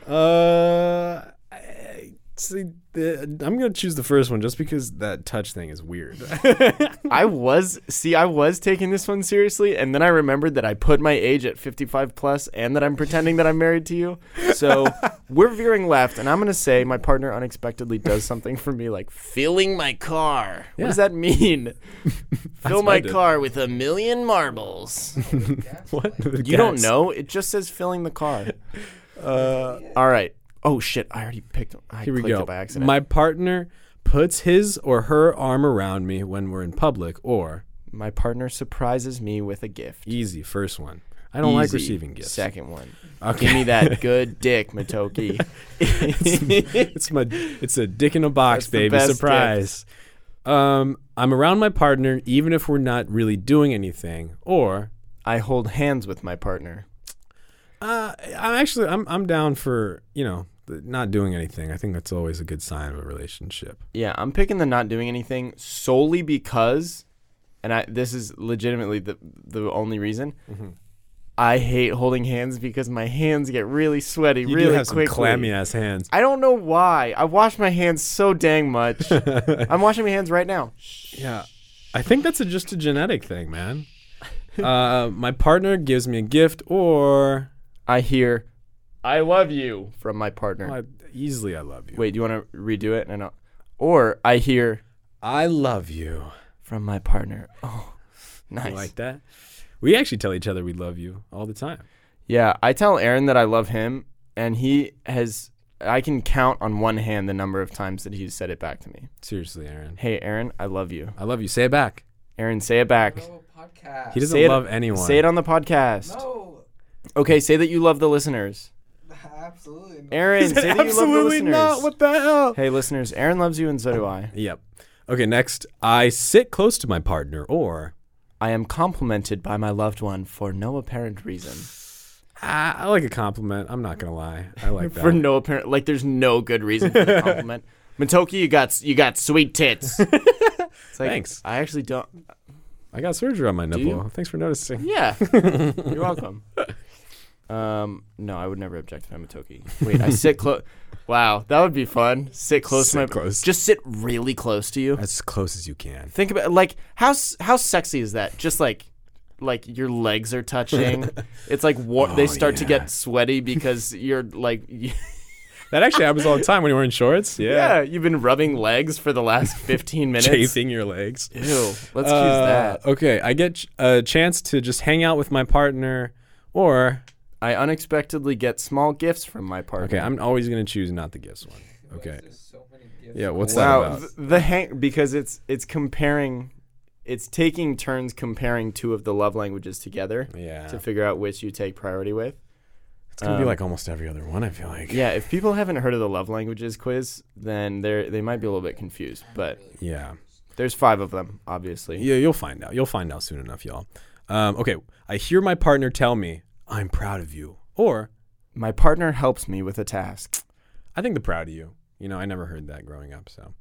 [SPEAKER 2] Uh, I- see, the, I'm gonna choose the first one just because that touch thing is weird.
[SPEAKER 1] I was see, I was taking this one seriously, and then I remembered that I put my age at 55 plus, and that I'm pretending that I'm married to you. So we're veering left, and I'm gonna say my partner unexpectedly does something for me, like f-
[SPEAKER 4] Filling my car
[SPEAKER 1] what does that mean?
[SPEAKER 4] Fill
[SPEAKER 2] what I
[SPEAKER 4] my
[SPEAKER 2] did.
[SPEAKER 4] car with a million marbles.
[SPEAKER 2] what? The
[SPEAKER 1] You don't
[SPEAKER 2] gas.
[SPEAKER 1] know. It just says filling the car. All right. Oh shit! I already picked. I
[SPEAKER 2] Uh, Here we
[SPEAKER 1] clicked
[SPEAKER 2] go.
[SPEAKER 1] It by accident.
[SPEAKER 2] My partner puts his or her arm around me when we're in public, or
[SPEAKER 1] My partner surprises me with a gift.
[SPEAKER 2] easy first one. I don't like
[SPEAKER 1] Easy.
[SPEAKER 2] receiving gifts.
[SPEAKER 1] Second one.
[SPEAKER 2] Okay.
[SPEAKER 1] Give me that good dick, Matoki.
[SPEAKER 2] it's my it's a dick in a box,
[SPEAKER 1] That's the
[SPEAKER 2] baby.
[SPEAKER 1] best
[SPEAKER 2] Surprise. Um, I'm around my partner even if we're not really doing anything, or
[SPEAKER 1] I hold hands with my partner.
[SPEAKER 2] uh, I'm actually I'm I'm down for you know the not doing anything. I think that's always a good sign of a relationship.
[SPEAKER 1] Yeah, I'm picking the not doing anything solely because, and I this is legitimately the the only reason.
[SPEAKER 2] Mm-hmm.
[SPEAKER 1] I hate holding hands because my hands get really sweaty
[SPEAKER 2] You
[SPEAKER 1] really
[SPEAKER 2] do have
[SPEAKER 1] quickly.
[SPEAKER 2] some clammy ass hands.
[SPEAKER 1] I don't know why. I wash my hands so dang much. I'm washing my hands right now.
[SPEAKER 2] Yeah. I think that's a, just a genetic thing, man. uh, my partner gives me a gift or
[SPEAKER 1] I hear, "I love you" from my partner.
[SPEAKER 2] I, easily I love you.
[SPEAKER 1] Wait, do you want to redo it? And I'll, or I hear
[SPEAKER 2] I love you.
[SPEAKER 1] from my partner. Oh,
[SPEAKER 2] You
[SPEAKER 1] nice.
[SPEAKER 2] like that? We actually tell each other we love you all the time.
[SPEAKER 1] Yeah, I tell Aaron that I love him, and he has. I can count on one hand the number of times that he's said it back to me.
[SPEAKER 2] Seriously, Aaron.
[SPEAKER 1] Hey, Aaron, I love you.
[SPEAKER 2] I love you. Say it back.
[SPEAKER 1] Aaron, say it back.
[SPEAKER 3] No Oh, podcast.
[SPEAKER 2] He doesn't
[SPEAKER 1] Say it-
[SPEAKER 2] love anyone.
[SPEAKER 1] Say it on the podcast.
[SPEAKER 3] No,
[SPEAKER 1] Okay, say that you love the listeners.
[SPEAKER 3] absolutely not.
[SPEAKER 1] Aaron, say that you love the
[SPEAKER 2] Absolutely
[SPEAKER 1] listeners.
[SPEAKER 2] not. What the hell?
[SPEAKER 1] Hey, listeners, Aaron loves you, and so do I.
[SPEAKER 2] Yep. Okay, next. I sit close to my partner or
[SPEAKER 1] I am complimented by my loved one for no apparent reason.
[SPEAKER 2] I, I like a compliment. I'm not going to lie. I like that.
[SPEAKER 1] For no apparent, like there's no good reason for the compliment. Matoki, you got you got sweet tits. It's like,
[SPEAKER 2] Thanks.
[SPEAKER 1] I actually don't.
[SPEAKER 2] I got surgery on my
[SPEAKER 1] you?
[SPEAKER 2] nipple. Thanks for noticing.
[SPEAKER 1] Yeah. You're welcome. Um, no, I would never object if I'm a Toki. Wait, I sit close. Wow, that would be fun. Sit close to my.
[SPEAKER 2] Sit close.
[SPEAKER 1] Just sit really close to you.
[SPEAKER 2] as close as you can.
[SPEAKER 1] Think about like how s- how sexy is that? Just like like your legs are touching. it's like war-
[SPEAKER 2] Oh,
[SPEAKER 1] they start to
[SPEAKER 2] yeah.
[SPEAKER 1] get sweaty because you're like yeah.
[SPEAKER 2] That actually happens all the time when you're wearing shorts.
[SPEAKER 1] you've been rubbing legs for the last 15 minutes.
[SPEAKER 2] chafing your legs.
[SPEAKER 1] Ew, let's choose
[SPEAKER 2] Uh,
[SPEAKER 1] that.
[SPEAKER 2] Okay, I get ch- a chance to just hang out with my partner, or
[SPEAKER 1] I unexpectedly get small gifts from my partner.
[SPEAKER 2] okay, I'm always gonna choose not the gifts one. Okay,
[SPEAKER 3] There's so many gifts.
[SPEAKER 2] yeah, what's that
[SPEAKER 1] Wow,
[SPEAKER 2] about?
[SPEAKER 1] th- the hang because it's it's comparing, it's taking turns comparing two of the love languages together
[SPEAKER 2] Yeah,
[SPEAKER 1] to figure out which you take priority with.
[SPEAKER 2] it's gonna be
[SPEAKER 1] um,
[SPEAKER 2] like almost every other one. I feel like.
[SPEAKER 1] Yeah, if people haven't heard of the love languages quiz, then they they might be a little bit confused. But
[SPEAKER 2] Yeah.
[SPEAKER 1] there's five of them, obviously.
[SPEAKER 2] Yeah, you'll find out. You'll find out soon enough, y'all. Um, okay, I hear my partner tell me, "I'm proud of you," or
[SPEAKER 1] My partner helps me with a task.
[SPEAKER 2] "I think the proud of you." You know, I never heard that growing up, so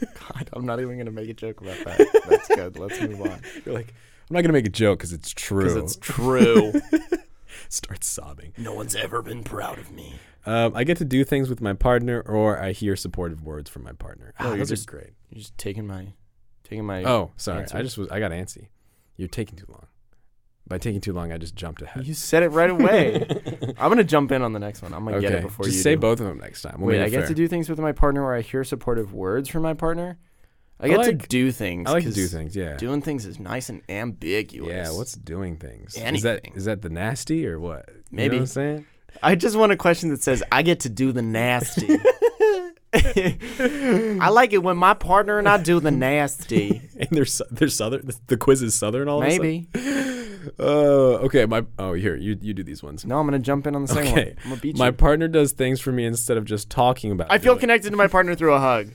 [SPEAKER 1] God, I'm not even gonna make a joke about that. That's good. Let's move on
[SPEAKER 2] you're like, "I'm not gonna make a joke because it's
[SPEAKER 1] because
[SPEAKER 2] true."
[SPEAKER 1] it's true.
[SPEAKER 2] Start sobbing.
[SPEAKER 4] No one's ever been proud of me.
[SPEAKER 2] Um, I get to do things with my partner, or I hear supportive words from my partner.
[SPEAKER 1] No, Oh,
[SPEAKER 2] Ah,
[SPEAKER 1] you're
[SPEAKER 2] those
[SPEAKER 1] just-
[SPEAKER 2] are great.
[SPEAKER 1] You're just taking my, taking my.
[SPEAKER 2] Oh, sorry,
[SPEAKER 1] answer.
[SPEAKER 2] I just was. I got antsy. You're taking too long. By taking too long, I just jumped ahead.
[SPEAKER 1] You said it right away. I'm gonna jump in on the next one. I'm gonna
[SPEAKER 2] okay,
[SPEAKER 1] get it before
[SPEAKER 2] just
[SPEAKER 1] you
[SPEAKER 2] say
[SPEAKER 1] do.
[SPEAKER 2] both of them next time. We'll
[SPEAKER 1] Wait,
[SPEAKER 2] make it
[SPEAKER 1] I get
[SPEAKER 2] fair.
[SPEAKER 1] to do things with my partner where I hear supportive words from my partner. I,
[SPEAKER 2] I
[SPEAKER 1] get to
[SPEAKER 2] like-
[SPEAKER 1] do things.
[SPEAKER 2] I like to
[SPEAKER 1] 'cause
[SPEAKER 2] do things. Yeah.
[SPEAKER 1] Doing things is nice and ambiguous.
[SPEAKER 2] Yeah, what's doing things? Is that
[SPEAKER 4] Anything.
[SPEAKER 2] is that the nasty or what? You know
[SPEAKER 1] Maybe.
[SPEAKER 2] what I'm saying?
[SPEAKER 1] I just want a question that says I get to do the nasty. I like it when my partner and I do the nasty.
[SPEAKER 2] And there's there's southern the, the quiz is southern all
[SPEAKER 1] Maybe.
[SPEAKER 2] of a sudden. Uh, okay, my oh here, you you do these ones.
[SPEAKER 1] No, I'm gonna jump in on the same one.
[SPEAKER 2] Okay.
[SPEAKER 1] I'm gonna beat
[SPEAKER 2] My
[SPEAKER 1] you.
[SPEAKER 2] partner does things for me instead of just talking about
[SPEAKER 1] I feel
[SPEAKER 2] doing.
[SPEAKER 1] connected to my partner through a hug.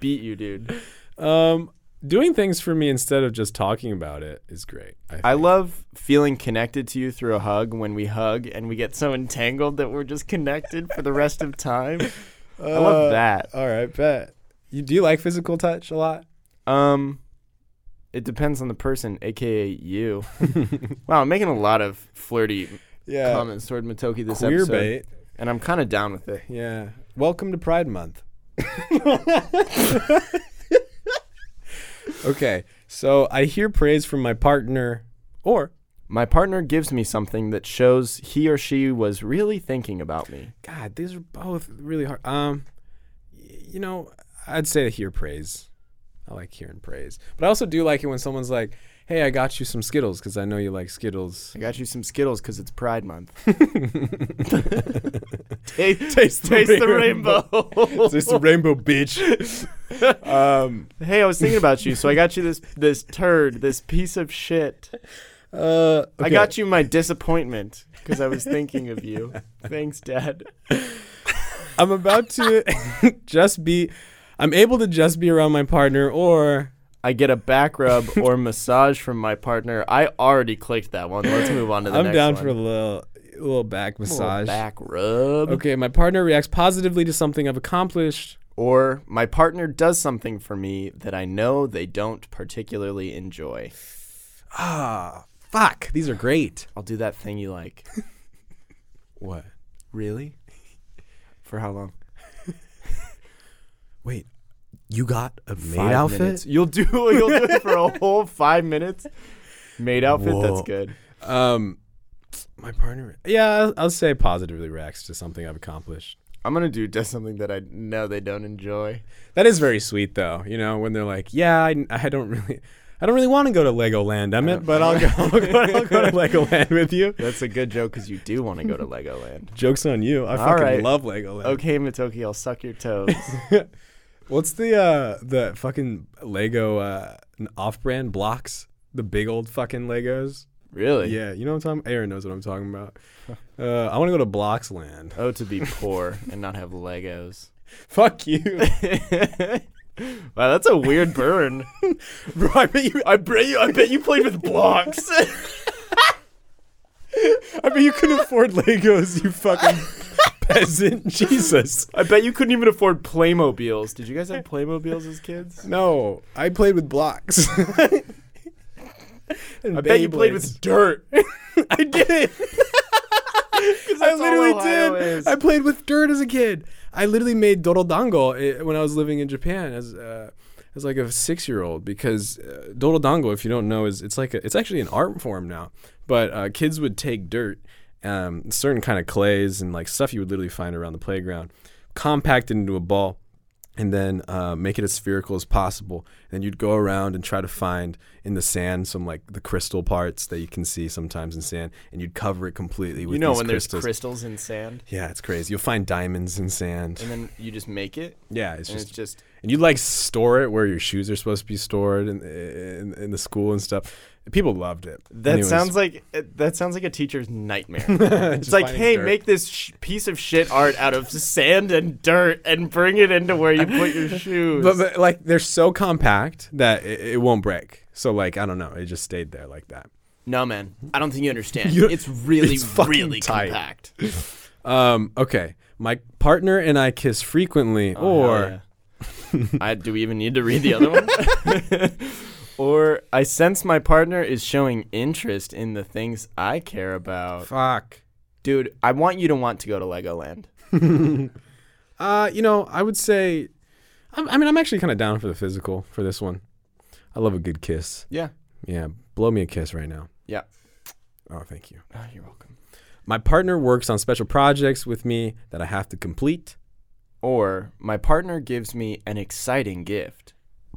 [SPEAKER 1] Beat you, dude.
[SPEAKER 2] um doing things for me instead of just talking about it is great.
[SPEAKER 1] I
[SPEAKER 2] think.
[SPEAKER 1] love feeling connected to you through a hug when we hug and we get so entangled that we're just connected for the rest of time. I
[SPEAKER 2] Uh,
[SPEAKER 1] love that.
[SPEAKER 2] All right, bet. You do you like physical touch a lot?
[SPEAKER 1] Um, it depends on the person, aka you. wow, I'm making a lot of flirty
[SPEAKER 2] Yeah.
[SPEAKER 1] comments toward Matoki this
[SPEAKER 2] Queer
[SPEAKER 1] episode,
[SPEAKER 2] bait.
[SPEAKER 1] and I'm kind of down with it.
[SPEAKER 2] Yeah. Welcome to Pride Month. okay. So I hear praise from my partner or
[SPEAKER 1] My partner gives me something that shows he or she was really thinking about me.
[SPEAKER 2] God, these are both really hard. Um y- you know, I'd say to hear praise. I like hearing praise. But I also do like it when someone's like, "Hey, I got you some Skittles cuz I know you like Skittles."
[SPEAKER 1] I got you some Skittles because it's Pride Month.
[SPEAKER 2] taste the
[SPEAKER 1] rainbow.
[SPEAKER 2] Taste the rainbow, bitch. um
[SPEAKER 1] hey, I was thinking about you, so I got you this this turd, this piece of shit.
[SPEAKER 2] uh
[SPEAKER 1] I got you my disappointment because I was thinking of you. Thanks, Dad.
[SPEAKER 2] I'm about to just be. I'm able to just be around my partner, or
[SPEAKER 1] I get a back rub or massage from my partner. I already clicked that one. Let's move on to the
[SPEAKER 2] I'm
[SPEAKER 1] next
[SPEAKER 2] down
[SPEAKER 1] one.
[SPEAKER 2] for a little, a little back
[SPEAKER 1] A little
[SPEAKER 2] massage.
[SPEAKER 1] back rub.
[SPEAKER 2] Okay, my partner reacts positively to something I've accomplished.
[SPEAKER 1] Or my partner does something for me that I know they don't particularly enjoy.
[SPEAKER 2] Ah, fuck, these are great.
[SPEAKER 1] I'll do that thing you like.
[SPEAKER 2] What?
[SPEAKER 1] really? For how long?
[SPEAKER 2] Wait, you got a maid
[SPEAKER 1] Five minutes. You'll do you'll do it for a whole five minutes. Maid outfit,
[SPEAKER 2] Whoa.
[SPEAKER 1] that's good.
[SPEAKER 2] Um, my partner. Yeah, I'll, I'll say positively reacts to something I've accomplished.
[SPEAKER 1] I'm gonna do does something that I know they don't enjoy.
[SPEAKER 2] That is very sweet, though. You know, when they're like, "Yeah, I, I don't really." I don't really want to go to Legoland, Emmett, but I'll go, I'll go. I'll go to Legoland with you.
[SPEAKER 1] That's a good joke because you do want to go to Legoland.
[SPEAKER 2] Joke's on you. I
[SPEAKER 1] All
[SPEAKER 2] fucking
[SPEAKER 1] right.
[SPEAKER 2] love Legoland.
[SPEAKER 1] Okay, Matoki, I'll suck your toes.
[SPEAKER 2] What's the uh the fucking Lego uh n- off-brand blocks? The big old fucking Legos?
[SPEAKER 1] really?
[SPEAKER 2] Yeah, you know what I'm talking Aaron knows what I'm talking about. Uh, I want to go to Blocks Land.
[SPEAKER 1] Oh, to be poor and not have Legos.
[SPEAKER 2] Fuck you.
[SPEAKER 1] Wow, that's a weird burn.
[SPEAKER 2] Bro, I bet you I bet you I bet you played with blocks. I bet you couldn't afford Legos, you fucking peasant. Jesus.
[SPEAKER 1] I bet you couldn't even afford Playmobiles. Did you guys have Playmobiles as kids?
[SPEAKER 2] No, I played with blocks.
[SPEAKER 1] I bet you played with dirt.
[SPEAKER 2] I did. I
[SPEAKER 1] that's all
[SPEAKER 2] literally
[SPEAKER 1] Ohio
[SPEAKER 2] did.
[SPEAKER 1] is.
[SPEAKER 2] I played with dirt as a kid. I literally made dododango eh, when I was living in Japan as uh, as like a six year old because uh, dododango, if you don't know, is it's like a, it's actually an art form now. But uh, kids would take dirt, um, certain kind of clays and like stuff you would literally find around the playground, compact it into a ball and then uh, make it as spherical as possible. And you'd go around and try to find in the sand some like the crystal parts that you can see sometimes in sand, and you'd cover it completely with
[SPEAKER 1] You know
[SPEAKER 2] these
[SPEAKER 1] when there's
[SPEAKER 2] crystals.
[SPEAKER 1] crystals in sand,
[SPEAKER 2] yeah, it's crazy. You'll find diamonds in sand.
[SPEAKER 1] and then you just make it,
[SPEAKER 2] yeah, it's
[SPEAKER 1] and
[SPEAKER 2] just
[SPEAKER 1] it's just
[SPEAKER 2] and you like store it where your shoes are supposed to be stored in in, in the school and stuff. People loved it.
[SPEAKER 1] That sounds like that sounds like a teacher's nightmare. it's like,
[SPEAKER 2] finding
[SPEAKER 1] hey,
[SPEAKER 2] dirt.
[SPEAKER 1] make this sh- piece of shit art out of sand and dirt and bring it into where you put your shoes.
[SPEAKER 2] But, but like they're so compact that it, it won't break. So like I don't know, it just stayed there like that.
[SPEAKER 4] No, man. I don't think you understand.
[SPEAKER 2] You-
[SPEAKER 4] it's really,
[SPEAKER 2] it's fucking
[SPEAKER 4] really
[SPEAKER 2] tight.
[SPEAKER 4] compact.
[SPEAKER 2] Um, okay. My partner and I kiss frequently,
[SPEAKER 1] Oh,
[SPEAKER 2] or
[SPEAKER 4] I, do we even need to read the other one?
[SPEAKER 1] or I sense my partner is showing interest in the things I care about.
[SPEAKER 2] fuck.
[SPEAKER 1] Dude, I want you to want to go to Legoland.
[SPEAKER 2] Uh, you know, I would say, I'm, I mean, I'm actually kind of down for the physical for this one. I love a good kiss.
[SPEAKER 1] Yeah.
[SPEAKER 2] Yeah, blow me a kiss right now.
[SPEAKER 1] Yeah.
[SPEAKER 2] Oh, thank you.
[SPEAKER 1] Oh, you're welcome.
[SPEAKER 2] My partner works on special projects with me that I have to complete.
[SPEAKER 1] Or my partner gives me an exciting gift.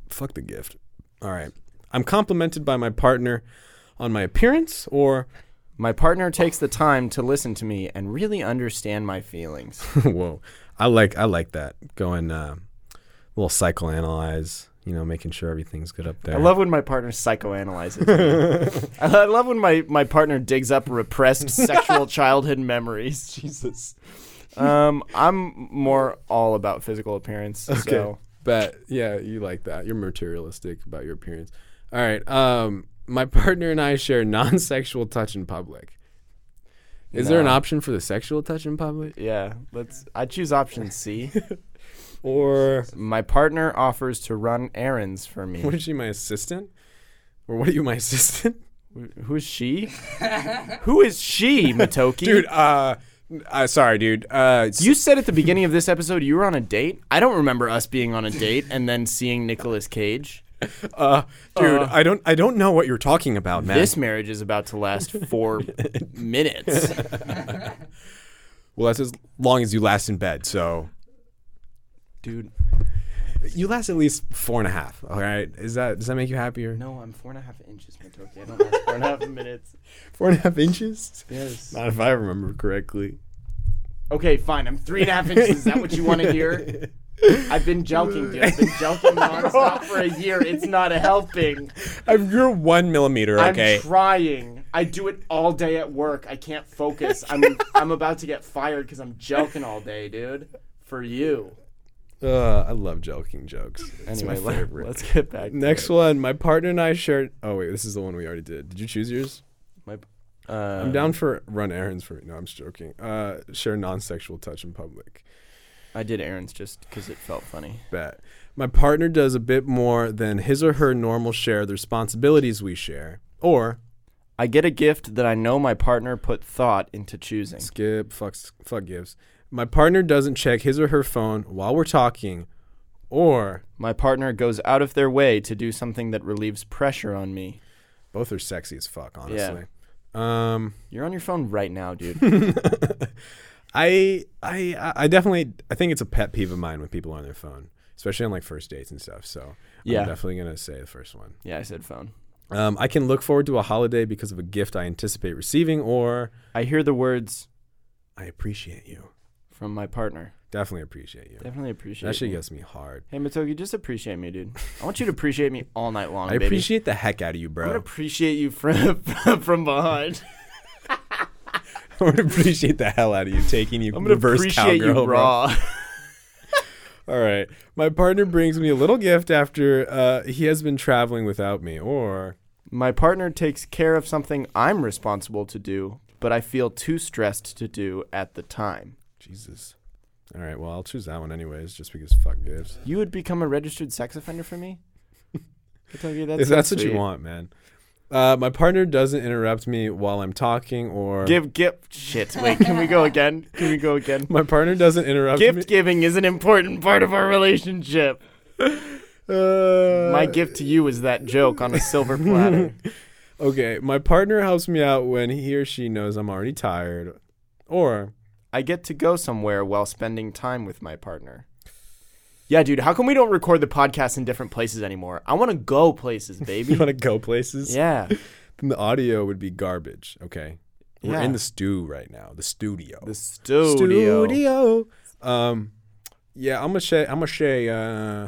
[SPEAKER 2] Fuck the gift. All right. I'm complimented by my partner on my appearance, or
[SPEAKER 1] My partner takes the time to listen to me and really understand my feelings.
[SPEAKER 2] Whoa, I like I like that going uh, little cycle analyze. You know, making sure everything's good up there.
[SPEAKER 1] I love when my partner psychoanalyzes. me. I lo- I love when my, my partner digs up repressed sexual childhood memories. Jesus. Um, I'm more all about physical appearance. So.
[SPEAKER 2] but yeah, you like that. You're materialistic about your appearance. All right. Um, my partner and I share non-sexual touch in public. Is there an
[SPEAKER 1] No.
[SPEAKER 2] option for the sexual touch in public?
[SPEAKER 1] Yeah, let's. I choose option C.
[SPEAKER 2] Or
[SPEAKER 1] My partner offers to run errands for me.
[SPEAKER 2] what is she, my assistant? Or what are you, my assistant?
[SPEAKER 1] Who's she? Who is she, Matoki?
[SPEAKER 2] Dude, uh, uh sorry, dude. Uh,
[SPEAKER 1] you said at the beginning of this episode you were on a date.
[SPEAKER 4] I don't remember us being on a date and then seeing Nicolas Cage.
[SPEAKER 2] uh, dude, I don't, I don't know what you're talking about, man.
[SPEAKER 4] This marriage is about to last four minutes.
[SPEAKER 2] well, that's as long as you last in bed. So,
[SPEAKER 1] Dude,
[SPEAKER 2] you last at least four and a half. All right, is that does that make you happier?
[SPEAKER 4] No, I'm four and a half inches, Matoki. I don't last four and a half minutes.
[SPEAKER 2] Four and a half inches.
[SPEAKER 1] yes.
[SPEAKER 2] Not if I remember correctly.
[SPEAKER 4] Okay, fine. I'm three and a half inches. Is that what you want to hear? I've been joking, dude. I've been joking nonstop for a year. It's not helping.
[SPEAKER 2] I'm, you're one millimeter, okay?
[SPEAKER 4] I'm trying. I do it all day at work. I can't focus. I'm I'm about to get fired because I'm joking all day, dude. For you.
[SPEAKER 2] uh, I love joking jokes. It's
[SPEAKER 1] Anyway,
[SPEAKER 2] my
[SPEAKER 1] let,
[SPEAKER 2] favorite.
[SPEAKER 1] let's get back. to
[SPEAKER 2] Next one, my partner and I shared. Oh wait, this is the one we already did. Did you choose yours?
[SPEAKER 1] My, uh,
[SPEAKER 2] I'm down for run errands for me. No, I'm just joking. Uh, share non-sexual touch in public.
[SPEAKER 1] I did errands just because it felt funny.
[SPEAKER 2] Bet. My partner does a bit more than his or her normal share of the responsibilities we share. Or
[SPEAKER 1] I get a gift that I know my partner put thought into choosing.
[SPEAKER 2] skip fuck fuck gives. My partner doesn't check his or her phone while we're talking. Or
[SPEAKER 1] My partner goes out of their way to do something that relieves pressure on me.
[SPEAKER 2] both are sexy as fuck, honestly. Um.
[SPEAKER 1] You're on your phone right now, dude.
[SPEAKER 2] I I I definitely I think it's a pet peeve of mine when people are on their phone, especially on like first dates and stuff. So
[SPEAKER 1] Yeah.
[SPEAKER 2] I'm definitely gonna say the first one.
[SPEAKER 1] yeah, I said phone.
[SPEAKER 2] Um, I can look forward to a holiday because of a gift I anticipate receiving, or
[SPEAKER 1] I hear the words
[SPEAKER 2] I appreciate you.
[SPEAKER 1] from my partner.
[SPEAKER 2] Definitely appreciate you.
[SPEAKER 1] Definitely appreciate
[SPEAKER 2] That shit
[SPEAKER 1] me.
[SPEAKER 2] gets me hard.
[SPEAKER 1] Hey Matoki, just appreciate me, dude. I want you to appreciate me all night long,
[SPEAKER 2] I
[SPEAKER 1] baby.
[SPEAKER 2] appreciate the heck out of you,
[SPEAKER 1] I'm gonna
[SPEAKER 2] bro.
[SPEAKER 1] appreciate you from from behind.
[SPEAKER 2] I would appreciate the hell out of you taking you
[SPEAKER 1] I'm gonna
[SPEAKER 2] reverse
[SPEAKER 1] appreciate
[SPEAKER 2] cowgirl,
[SPEAKER 1] you raw.
[SPEAKER 2] bro. All right, my partner brings me a little gift after uh, he has been traveling without me, or
[SPEAKER 1] My partner takes care of something I'm responsible to do, but I feel too stressed to do at the time.
[SPEAKER 2] Jesus. All right, well I'll choose that one anyways, just because fuck gifts.
[SPEAKER 1] You would become a registered sex offender for me? Matoki, that's
[SPEAKER 2] if
[SPEAKER 1] so
[SPEAKER 2] that's what
[SPEAKER 1] sweet.
[SPEAKER 2] you want, man. Uh, my partner doesn't interrupt me while I'm talking, or
[SPEAKER 1] Give gift shit. Wait, can we go again? Can we go again?
[SPEAKER 2] my partner doesn't interrupt me.
[SPEAKER 1] gift giving is an important part of our relationship.
[SPEAKER 2] Uh,
[SPEAKER 1] My gift to you is that joke on a silver platter.
[SPEAKER 2] Okay, my partner helps me out when he or she knows I'm already tired, or
[SPEAKER 1] I get to go somewhere while spending time with my partner. Yeah, dude, how come we don't record the podcast in different places anymore? I want to go places,
[SPEAKER 2] you
[SPEAKER 1] baby.
[SPEAKER 2] want to go places.
[SPEAKER 1] yeah.
[SPEAKER 2] Then the audio would be garbage. Okay, we're
[SPEAKER 1] Yeah.
[SPEAKER 2] in the stew right now. The studio.
[SPEAKER 1] The studio.
[SPEAKER 2] Studio. Um, yeah, I'm gonna say I'm gonna say uh,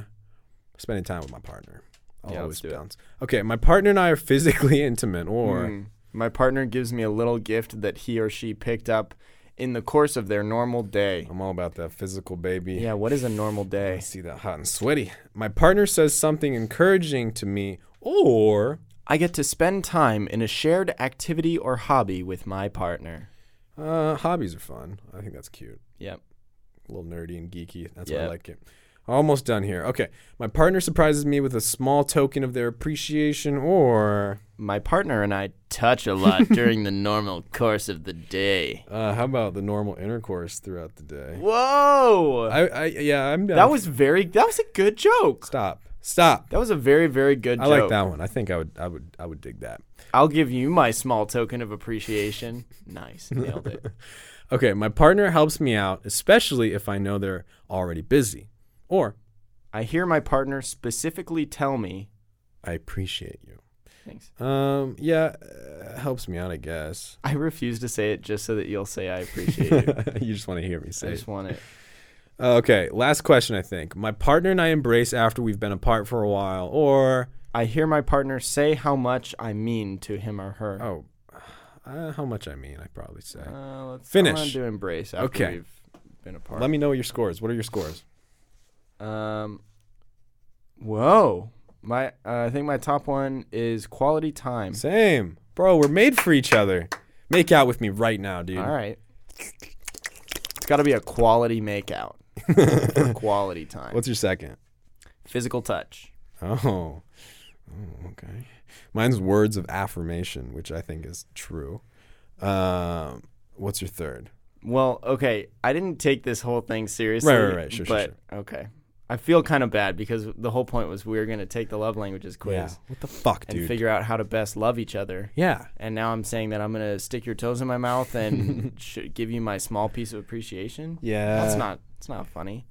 [SPEAKER 2] spending time with my partner. I'll
[SPEAKER 1] Yeah, let's
[SPEAKER 2] always
[SPEAKER 1] do it.
[SPEAKER 2] bounce. Okay, my partner and I are physically intimate, or
[SPEAKER 1] Mm. My partner gives me a little gift that he or she picked up in the course of their normal day.
[SPEAKER 2] I'm all about that physical baby.
[SPEAKER 1] Yeah, what is a normal
[SPEAKER 2] I
[SPEAKER 1] day?
[SPEAKER 2] see that hot and sweaty. My partner says something encouraging to me, or
[SPEAKER 1] I get to spend time in a shared activity or hobby with my partner.
[SPEAKER 2] uh, hobbies are fun. I think that's cute.
[SPEAKER 1] Yep.
[SPEAKER 2] A little nerdy and geeky. That's why I
[SPEAKER 1] Yep.
[SPEAKER 2] like it. Almost done here. Okay, my partner surprises me with a small token of their appreciation, or
[SPEAKER 1] My partner and I touch a lot during the normal course of the day.
[SPEAKER 2] Uh, how about the normal intercourse throughout the day?
[SPEAKER 1] Whoa!
[SPEAKER 2] I, I yeah, I'm down.
[SPEAKER 1] That was very. That was a good joke.
[SPEAKER 2] stop, stop.
[SPEAKER 1] That was a very, very good
[SPEAKER 2] I
[SPEAKER 1] joke.
[SPEAKER 2] like that one. I think I would, I would, I would dig that.
[SPEAKER 1] I'll give you my small token of appreciation. Nice, nailed it.
[SPEAKER 2] Okay, my partner helps me out, especially if I know they're already busy, or
[SPEAKER 1] I hear my partner specifically tell me.
[SPEAKER 2] I appreciate you.
[SPEAKER 1] Thanks.
[SPEAKER 2] Um, yeah, uh, helps me out, I guess.
[SPEAKER 1] I refuse to say it just so that you'll say I appreciate you.
[SPEAKER 2] you just want to hear me
[SPEAKER 1] I
[SPEAKER 2] say. it.
[SPEAKER 1] just want it.
[SPEAKER 2] Uh, okay, last question. I think my partner and I embrace after we've been apart for a while, or
[SPEAKER 1] I hear my partner say how much I mean to him or her.
[SPEAKER 2] oh, uh, how much I mean, I probably say.
[SPEAKER 1] Uh, let's
[SPEAKER 2] Oh, Finish.
[SPEAKER 1] I wanted to embrace after
[SPEAKER 2] Okay.
[SPEAKER 1] we've been apart.
[SPEAKER 2] Let me know your scores. What are your scores?
[SPEAKER 1] Um, whoa. My, uh, I think my top one is quality time.
[SPEAKER 2] Same. Bro, we're made for each other. Make out with me right now, dude.
[SPEAKER 1] All right. It's got to be a quality makeout for quality time.
[SPEAKER 2] What's your second?
[SPEAKER 1] Physical touch.
[SPEAKER 2] Oh. oh. Okay. Mine's words of affirmation, which I think is true. Um, what's your third?
[SPEAKER 1] Well, okay. I didn't take this whole thing seriously.
[SPEAKER 2] Right, right, right. Sure, sure,
[SPEAKER 1] but, Okay. I feel kind of bad because the whole point was we were going to take the love languages quiz
[SPEAKER 2] What the fuck,
[SPEAKER 1] and
[SPEAKER 2] dude?
[SPEAKER 1] figure out how to best love each other.
[SPEAKER 2] yeah.
[SPEAKER 1] And now I'm saying that I'm going to stick your toes in my mouth and sh- give you my small piece of appreciation.
[SPEAKER 2] Yeah.
[SPEAKER 1] That's not it's not funny.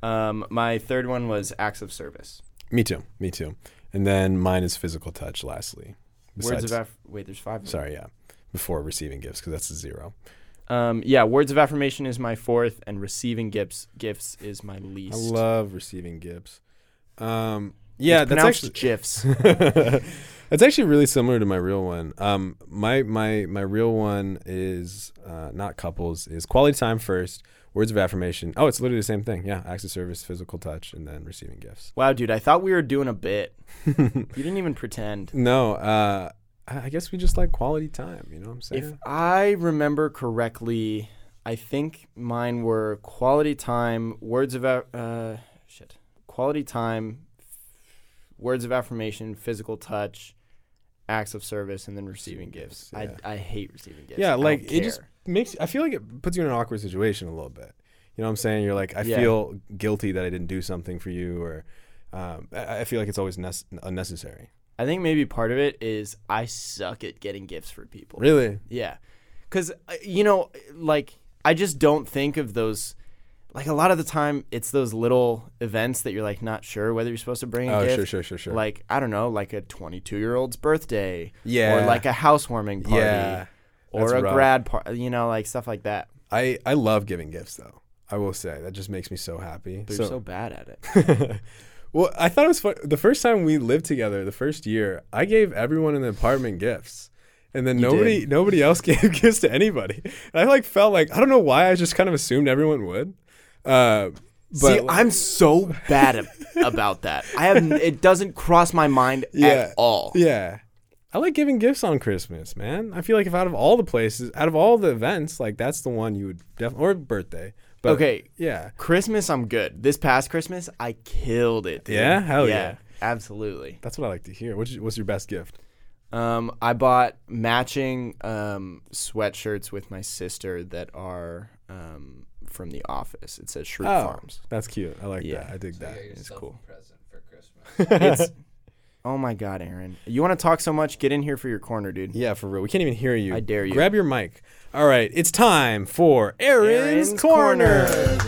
[SPEAKER 1] Um, my third one was acts of service.
[SPEAKER 2] Me too. Me too. And then mine is physical touch, lastly. Besides,
[SPEAKER 1] words of aff- wait, there's five. of them.
[SPEAKER 2] Sorry, yeah. Before receiving gifts, because that's a zero.
[SPEAKER 1] Um, yeah, words of affirmation is my fourth, and receiving gifts gifts is my least.
[SPEAKER 2] I love receiving gifts. Um, yeah,
[SPEAKER 1] It's
[SPEAKER 2] that's
[SPEAKER 1] pronounced
[SPEAKER 2] actually
[SPEAKER 1] gifs.
[SPEAKER 2] That's actually really similar to my real one. Um, my my my real one is uh, not couples. Is quality time first, words of affirmation. Oh, it's literally the same thing. Yeah, acts of service, physical touch, and then receiving gifts.
[SPEAKER 1] wow, dude, I thought we were doing a bit. you didn't even pretend.
[SPEAKER 2] No, uh, I I guess we just like quality time. You know what I'm saying?
[SPEAKER 1] If I remember correctly, I think mine were quality time, words of a- uh, shit, quality time, words of affirmation, physical touch, acts of service, and then receiving gifts.
[SPEAKER 2] yeah.
[SPEAKER 1] I I hate receiving gifts. I
[SPEAKER 2] yeah,
[SPEAKER 1] don't
[SPEAKER 2] like it just
[SPEAKER 1] care.
[SPEAKER 2] makes. I feel like it puts you in an awkward situation a little bit. You know what I'm saying? You're like, I
[SPEAKER 1] Yeah.
[SPEAKER 2] feel guilty that I didn't do something for you, or um, I, I feel like it's always nece- unnecessary.
[SPEAKER 1] I think maybe part of it is I suck at getting gifts for people.
[SPEAKER 2] Really?
[SPEAKER 1] Yeah. Cuz you know like I just don't think of those like a lot of the time it's those little events that you're like not sure whether you're supposed to bring a
[SPEAKER 2] Oh,
[SPEAKER 1] gift.
[SPEAKER 2] sure, sure, sure, sure.
[SPEAKER 1] Like I don't know, like a 22-year-old's birthday
[SPEAKER 2] Yeah.
[SPEAKER 1] or like a housewarming party
[SPEAKER 2] Yeah. That's
[SPEAKER 1] or a
[SPEAKER 2] rough.
[SPEAKER 1] grad party, you know, like stuff like that.
[SPEAKER 2] I I love giving gifts though. I will say that just makes me so happy.
[SPEAKER 1] But
[SPEAKER 2] So,
[SPEAKER 1] you're so bad at it.
[SPEAKER 2] well, I thought it was fun. The first time we lived together, the first year, I gave everyone in the apartment gifts, and then nobody
[SPEAKER 1] did.
[SPEAKER 2] nobody else gave gifts to anybody. And I like felt like I don't know why I just kind of assumed everyone would. Uh, but
[SPEAKER 1] See, I'm so bad ab- about that. I have it doesn't cross my mind
[SPEAKER 2] yeah,
[SPEAKER 1] at all.
[SPEAKER 2] Yeah. I like giving gifts on Christmas, man. I feel like if out of all the places, out of all the events, like that's the one you would definitely or birthday. But
[SPEAKER 1] Okay.
[SPEAKER 2] Yeah.
[SPEAKER 1] Christmas, I'm good. This past Christmas, I killed it. dude.
[SPEAKER 2] Yeah? Hell yeah.
[SPEAKER 1] Absolutely.
[SPEAKER 2] That's what I like to hear. What's your, what's your best gift?
[SPEAKER 1] Um, I bought matching um, sweatshirts with my sister that are um, from the office. It says Shroot
[SPEAKER 2] Oh.
[SPEAKER 1] Farms.
[SPEAKER 2] that's cute. I like
[SPEAKER 1] Yeah.
[SPEAKER 2] that. I dig that.
[SPEAKER 1] It's
[SPEAKER 3] It's
[SPEAKER 1] cool.
[SPEAKER 3] cool. Present for Christmas.
[SPEAKER 1] It's, oh my God, Aaron! You want to talk so much? Get in here for your corner, dude.
[SPEAKER 2] Yeah, for real. We can't even hear you.
[SPEAKER 1] I dare you.
[SPEAKER 2] Grab your mic. All right, it's time for Aaron's,
[SPEAKER 1] Aaron's
[SPEAKER 2] Corner.
[SPEAKER 1] Corner.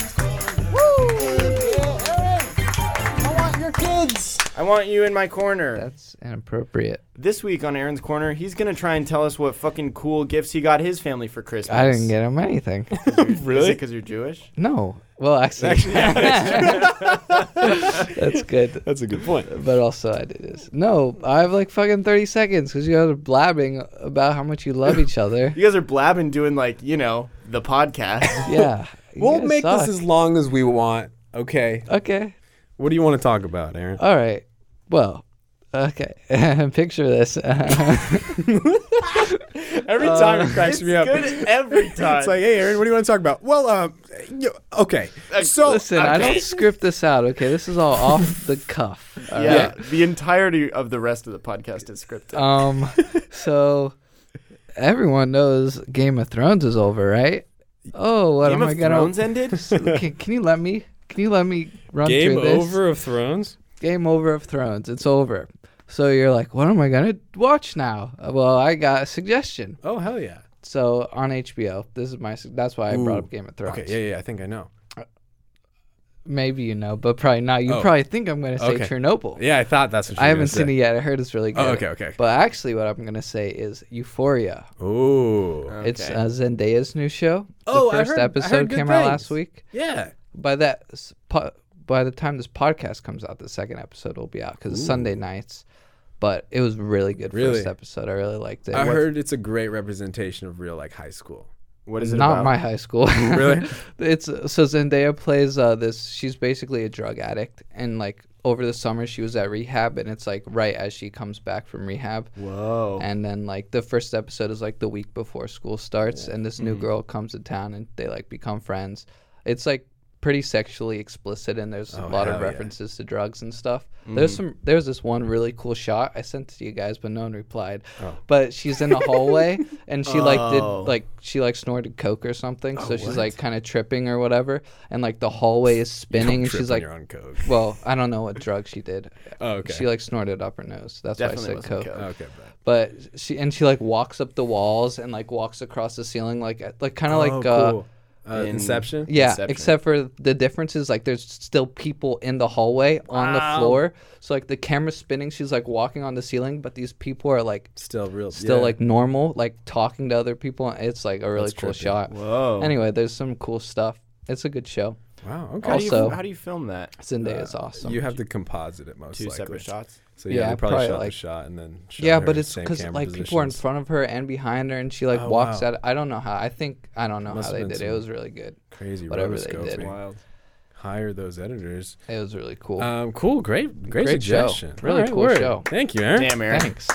[SPEAKER 2] I want your kids.
[SPEAKER 1] I want you in my corner.
[SPEAKER 3] That's inappropriate.
[SPEAKER 1] This week on Aaron's Corner, he's gonna try and tell us what fucking cool gifts he got his family for Christmas.
[SPEAKER 3] I didn't get him anything.
[SPEAKER 1] Is it
[SPEAKER 2] Really?
[SPEAKER 1] because you're Jewish?
[SPEAKER 3] No. Well, actually, that's good.
[SPEAKER 2] That's a good point.
[SPEAKER 3] But also, I did this. No, I have like fucking 30 seconds because you guys are blabbing about how much you love each other.
[SPEAKER 1] You guys are blabbing, doing like you know the podcast.
[SPEAKER 3] Yeah. you
[SPEAKER 2] We'll
[SPEAKER 3] guys
[SPEAKER 2] make
[SPEAKER 3] suck.
[SPEAKER 2] this as long as we want. Okay.
[SPEAKER 3] Okay.
[SPEAKER 2] What do you want to talk about, Aaron?
[SPEAKER 3] All right. Well, okay. Picture this.
[SPEAKER 2] Every time it cracks
[SPEAKER 1] Uh, it's good every time.
[SPEAKER 2] Uh, It's like, hey, Aaron, what do you want to talk about? Well, um, y- okay. So
[SPEAKER 3] Listen, I don't script this out, okay? This is all off the cuff. all right?
[SPEAKER 1] yeah, the entirety of the rest of the podcast is scripted.
[SPEAKER 3] Um, so everyone knows Game of Thrones is over, right? Oh, what
[SPEAKER 1] Game of
[SPEAKER 3] am I gonna?
[SPEAKER 1] Thrones ended.
[SPEAKER 3] can, can you let me? Can you let me run
[SPEAKER 2] Game
[SPEAKER 3] through this?
[SPEAKER 2] over of Thrones.
[SPEAKER 3] Game over of Thrones. It's over. So you're like, what am I gonna watch now? Uh, Well, I got a suggestion.
[SPEAKER 2] Oh hell yeah.
[SPEAKER 3] So on HBO, this is my. su- That's why I brought
[SPEAKER 2] Ooh.
[SPEAKER 3] up Game of Thrones.
[SPEAKER 2] Okay, yeah, yeah, I think I know.
[SPEAKER 3] Maybe you know, but probably not. You
[SPEAKER 2] Oh.
[SPEAKER 3] probably think I'm gonna say
[SPEAKER 2] Okay.
[SPEAKER 3] Chernobyl.
[SPEAKER 2] Yeah, I thought that's what you
[SPEAKER 3] I haven't seen it yet. I heard it's really good.
[SPEAKER 2] Oh, okay, okay.
[SPEAKER 3] But actually, what I'm gonna say is Euphoria.
[SPEAKER 2] Oh,
[SPEAKER 3] It's uh, Zendaya's new show.
[SPEAKER 2] Oh, I
[SPEAKER 3] the first
[SPEAKER 2] heard- I heard
[SPEAKER 3] episode
[SPEAKER 2] good
[SPEAKER 3] came out last
[SPEAKER 2] things.
[SPEAKER 3] week.
[SPEAKER 2] yeah.
[SPEAKER 3] By that, s- po- by the time this podcast comes out, the second episode will be out because it's Sunday nights. But it was really good
[SPEAKER 2] Really?
[SPEAKER 3] first episode. I really liked it.
[SPEAKER 2] I heard it's a great representation of real like high school.
[SPEAKER 1] What is it
[SPEAKER 3] Not
[SPEAKER 1] about?
[SPEAKER 3] my high school.
[SPEAKER 2] Really?
[SPEAKER 3] it's so Zendaya plays uh, this. She's basically a drug addict, and like over the summer she was at rehab, and it's like right as she comes back from rehab,
[SPEAKER 1] Whoa.
[SPEAKER 3] and then like the first episode is like the week before school starts and this new girl comes to town and they like become friends it's like pretty sexually explicit and there's a
[SPEAKER 2] Oh,
[SPEAKER 3] lot of
[SPEAKER 2] hell yeah.
[SPEAKER 3] references to drugs and stuff there's some there's this one really cool shot i sent it to you guys but no one replied
[SPEAKER 2] Oh.
[SPEAKER 3] but she's in the hallway and she like did
[SPEAKER 1] Oh.
[SPEAKER 3] like she like snorted coke or something
[SPEAKER 2] Oh,
[SPEAKER 3] so she's like kind of tripping or whatever and like the hallway is spinning and
[SPEAKER 2] Trip
[SPEAKER 3] she's
[SPEAKER 2] on
[SPEAKER 3] like
[SPEAKER 2] your own coke.
[SPEAKER 3] well i don't know what drug she did
[SPEAKER 2] Oh, okay.
[SPEAKER 3] she like snorted up her nose that's
[SPEAKER 1] Definitely
[SPEAKER 3] why i said
[SPEAKER 1] wasn't
[SPEAKER 3] coke Uh,
[SPEAKER 1] Coke.
[SPEAKER 2] Okay, but
[SPEAKER 3] but she and she like walks up the walls and like walks across the ceiling like like kind
[SPEAKER 1] Oh,
[SPEAKER 3] of like uh
[SPEAKER 2] Oh, cool. uh,
[SPEAKER 1] in-
[SPEAKER 2] Inception.
[SPEAKER 3] yeah
[SPEAKER 1] Inception.
[SPEAKER 3] except for the difference is like there's still people in the hallway on the floor so like the camera's spinning she's like walking on the ceiling but these people are like
[SPEAKER 2] Still real.
[SPEAKER 3] still
[SPEAKER 2] yeah.
[SPEAKER 3] like normal like talking to other people it's like a really
[SPEAKER 2] That's
[SPEAKER 3] cool
[SPEAKER 2] trippy.
[SPEAKER 3] shot
[SPEAKER 1] Whoa.
[SPEAKER 3] anyway there's some cool stuff it's a good show
[SPEAKER 2] wow. Okay.
[SPEAKER 1] how do, you,
[SPEAKER 3] also-
[SPEAKER 1] how do you film that?
[SPEAKER 2] Uh,
[SPEAKER 3] Zendaya is awesome
[SPEAKER 2] you have to composite it most
[SPEAKER 1] Two
[SPEAKER 2] likely.
[SPEAKER 1] separate shots.
[SPEAKER 2] So yeah,
[SPEAKER 3] Yeah,
[SPEAKER 2] they probably,
[SPEAKER 3] probably,
[SPEAKER 2] shot
[SPEAKER 3] like-
[SPEAKER 2] the shot and then. Shot
[SPEAKER 3] yeah,
[SPEAKER 2] her
[SPEAKER 3] but
[SPEAKER 2] in
[SPEAKER 3] it's
[SPEAKER 2] same
[SPEAKER 3] because
[SPEAKER 2] camera
[SPEAKER 3] like people are in
[SPEAKER 2] positions.
[SPEAKER 3] front of her and behind her, and she like
[SPEAKER 2] Oh,
[SPEAKER 3] walks
[SPEAKER 2] wow.
[SPEAKER 3] at. I don't know how. I think I don't know
[SPEAKER 2] Must
[SPEAKER 3] how
[SPEAKER 2] have
[SPEAKER 3] they
[SPEAKER 2] been
[SPEAKER 3] did it. It
[SPEAKER 2] some
[SPEAKER 3] was really good.
[SPEAKER 2] Crazy
[SPEAKER 3] whatever they did.
[SPEAKER 2] rotoscoping.
[SPEAKER 1] Wild.
[SPEAKER 2] Hire those editors.
[SPEAKER 3] It was really cool.
[SPEAKER 2] Um, cool. Great. Great,
[SPEAKER 3] Great show.
[SPEAKER 2] suggestion.
[SPEAKER 3] Really
[SPEAKER 2] Alright,
[SPEAKER 3] cool
[SPEAKER 2] word.
[SPEAKER 3] show.
[SPEAKER 2] Thank you, Aaron.
[SPEAKER 1] Damn, Aaron.
[SPEAKER 3] Thanks.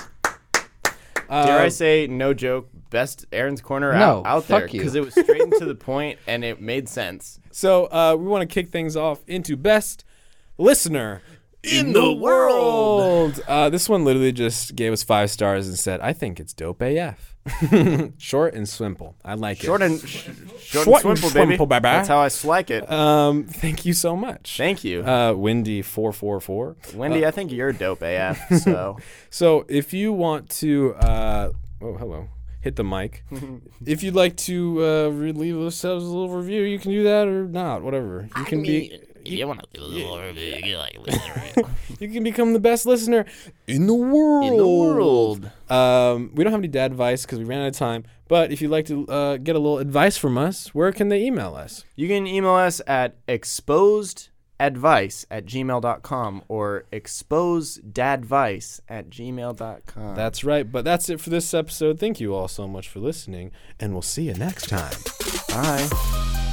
[SPEAKER 1] Dare I
[SPEAKER 2] Um,
[SPEAKER 1] say, no joke, best Aaron's Corner
[SPEAKER 3] No,
[SPEAKER 1] out, out there
[SPEAKER 3] fuck you.
[SPEAKER 1] because it was straight and to the point and it made sense.
[SPEAKER 2] So uh, we want to kick things off into best listener in, the world. Uh, this one literally just gave us five stars and said, "I think it's dope AF." Short and simple. I like
[SPEAKER 1] Short
[SPEAKER 2] it.
[SPEAKER 1] and, sh- short
[SPEAKER 2] Short
[SPEAKER 1] and
[SPEAKER 2] and
[SPEAKER 1] swimple, baby.
[SPEAKER 2] swimple, baby.
[SPEAKER 1] That's how I slack it.
[SPEAKER 3] Uh,
[SPEAKER 2] Um, thank you so much.
[SPEAKER 1] Thank you.
[SPEAKER 2] Uh, Windy four four four.
[SPEAKER 3] uh,
[SPEAKER 1] Wendy, I think you're dope AF, so
[SPEAKER 2] So if you want to, uh, oh hello, hit the mic. if you'd like to uh, re- leave ourselves a little review, you can do that or not, whatever. You can be.
[SPEAKER 4] You want to do a little bit like
[SPEAKER 2] You can become the best listener in the world.
[SPEAKER 1] in the world.
[SPEAKER 2] Um, we don't have any dad advice because we ran out of time. But if you'd like to uh, get a little advice from us, where can they email us?
[SPEAKER 1] You can email us at exposedadvice at gmail.com or exposedadvice at gmail.com.
[SPEAKER 2] That's right. But that's it for this episode. Thank you all so much for listening, and we'll see you next time.
[SPEAKER 1] Bye.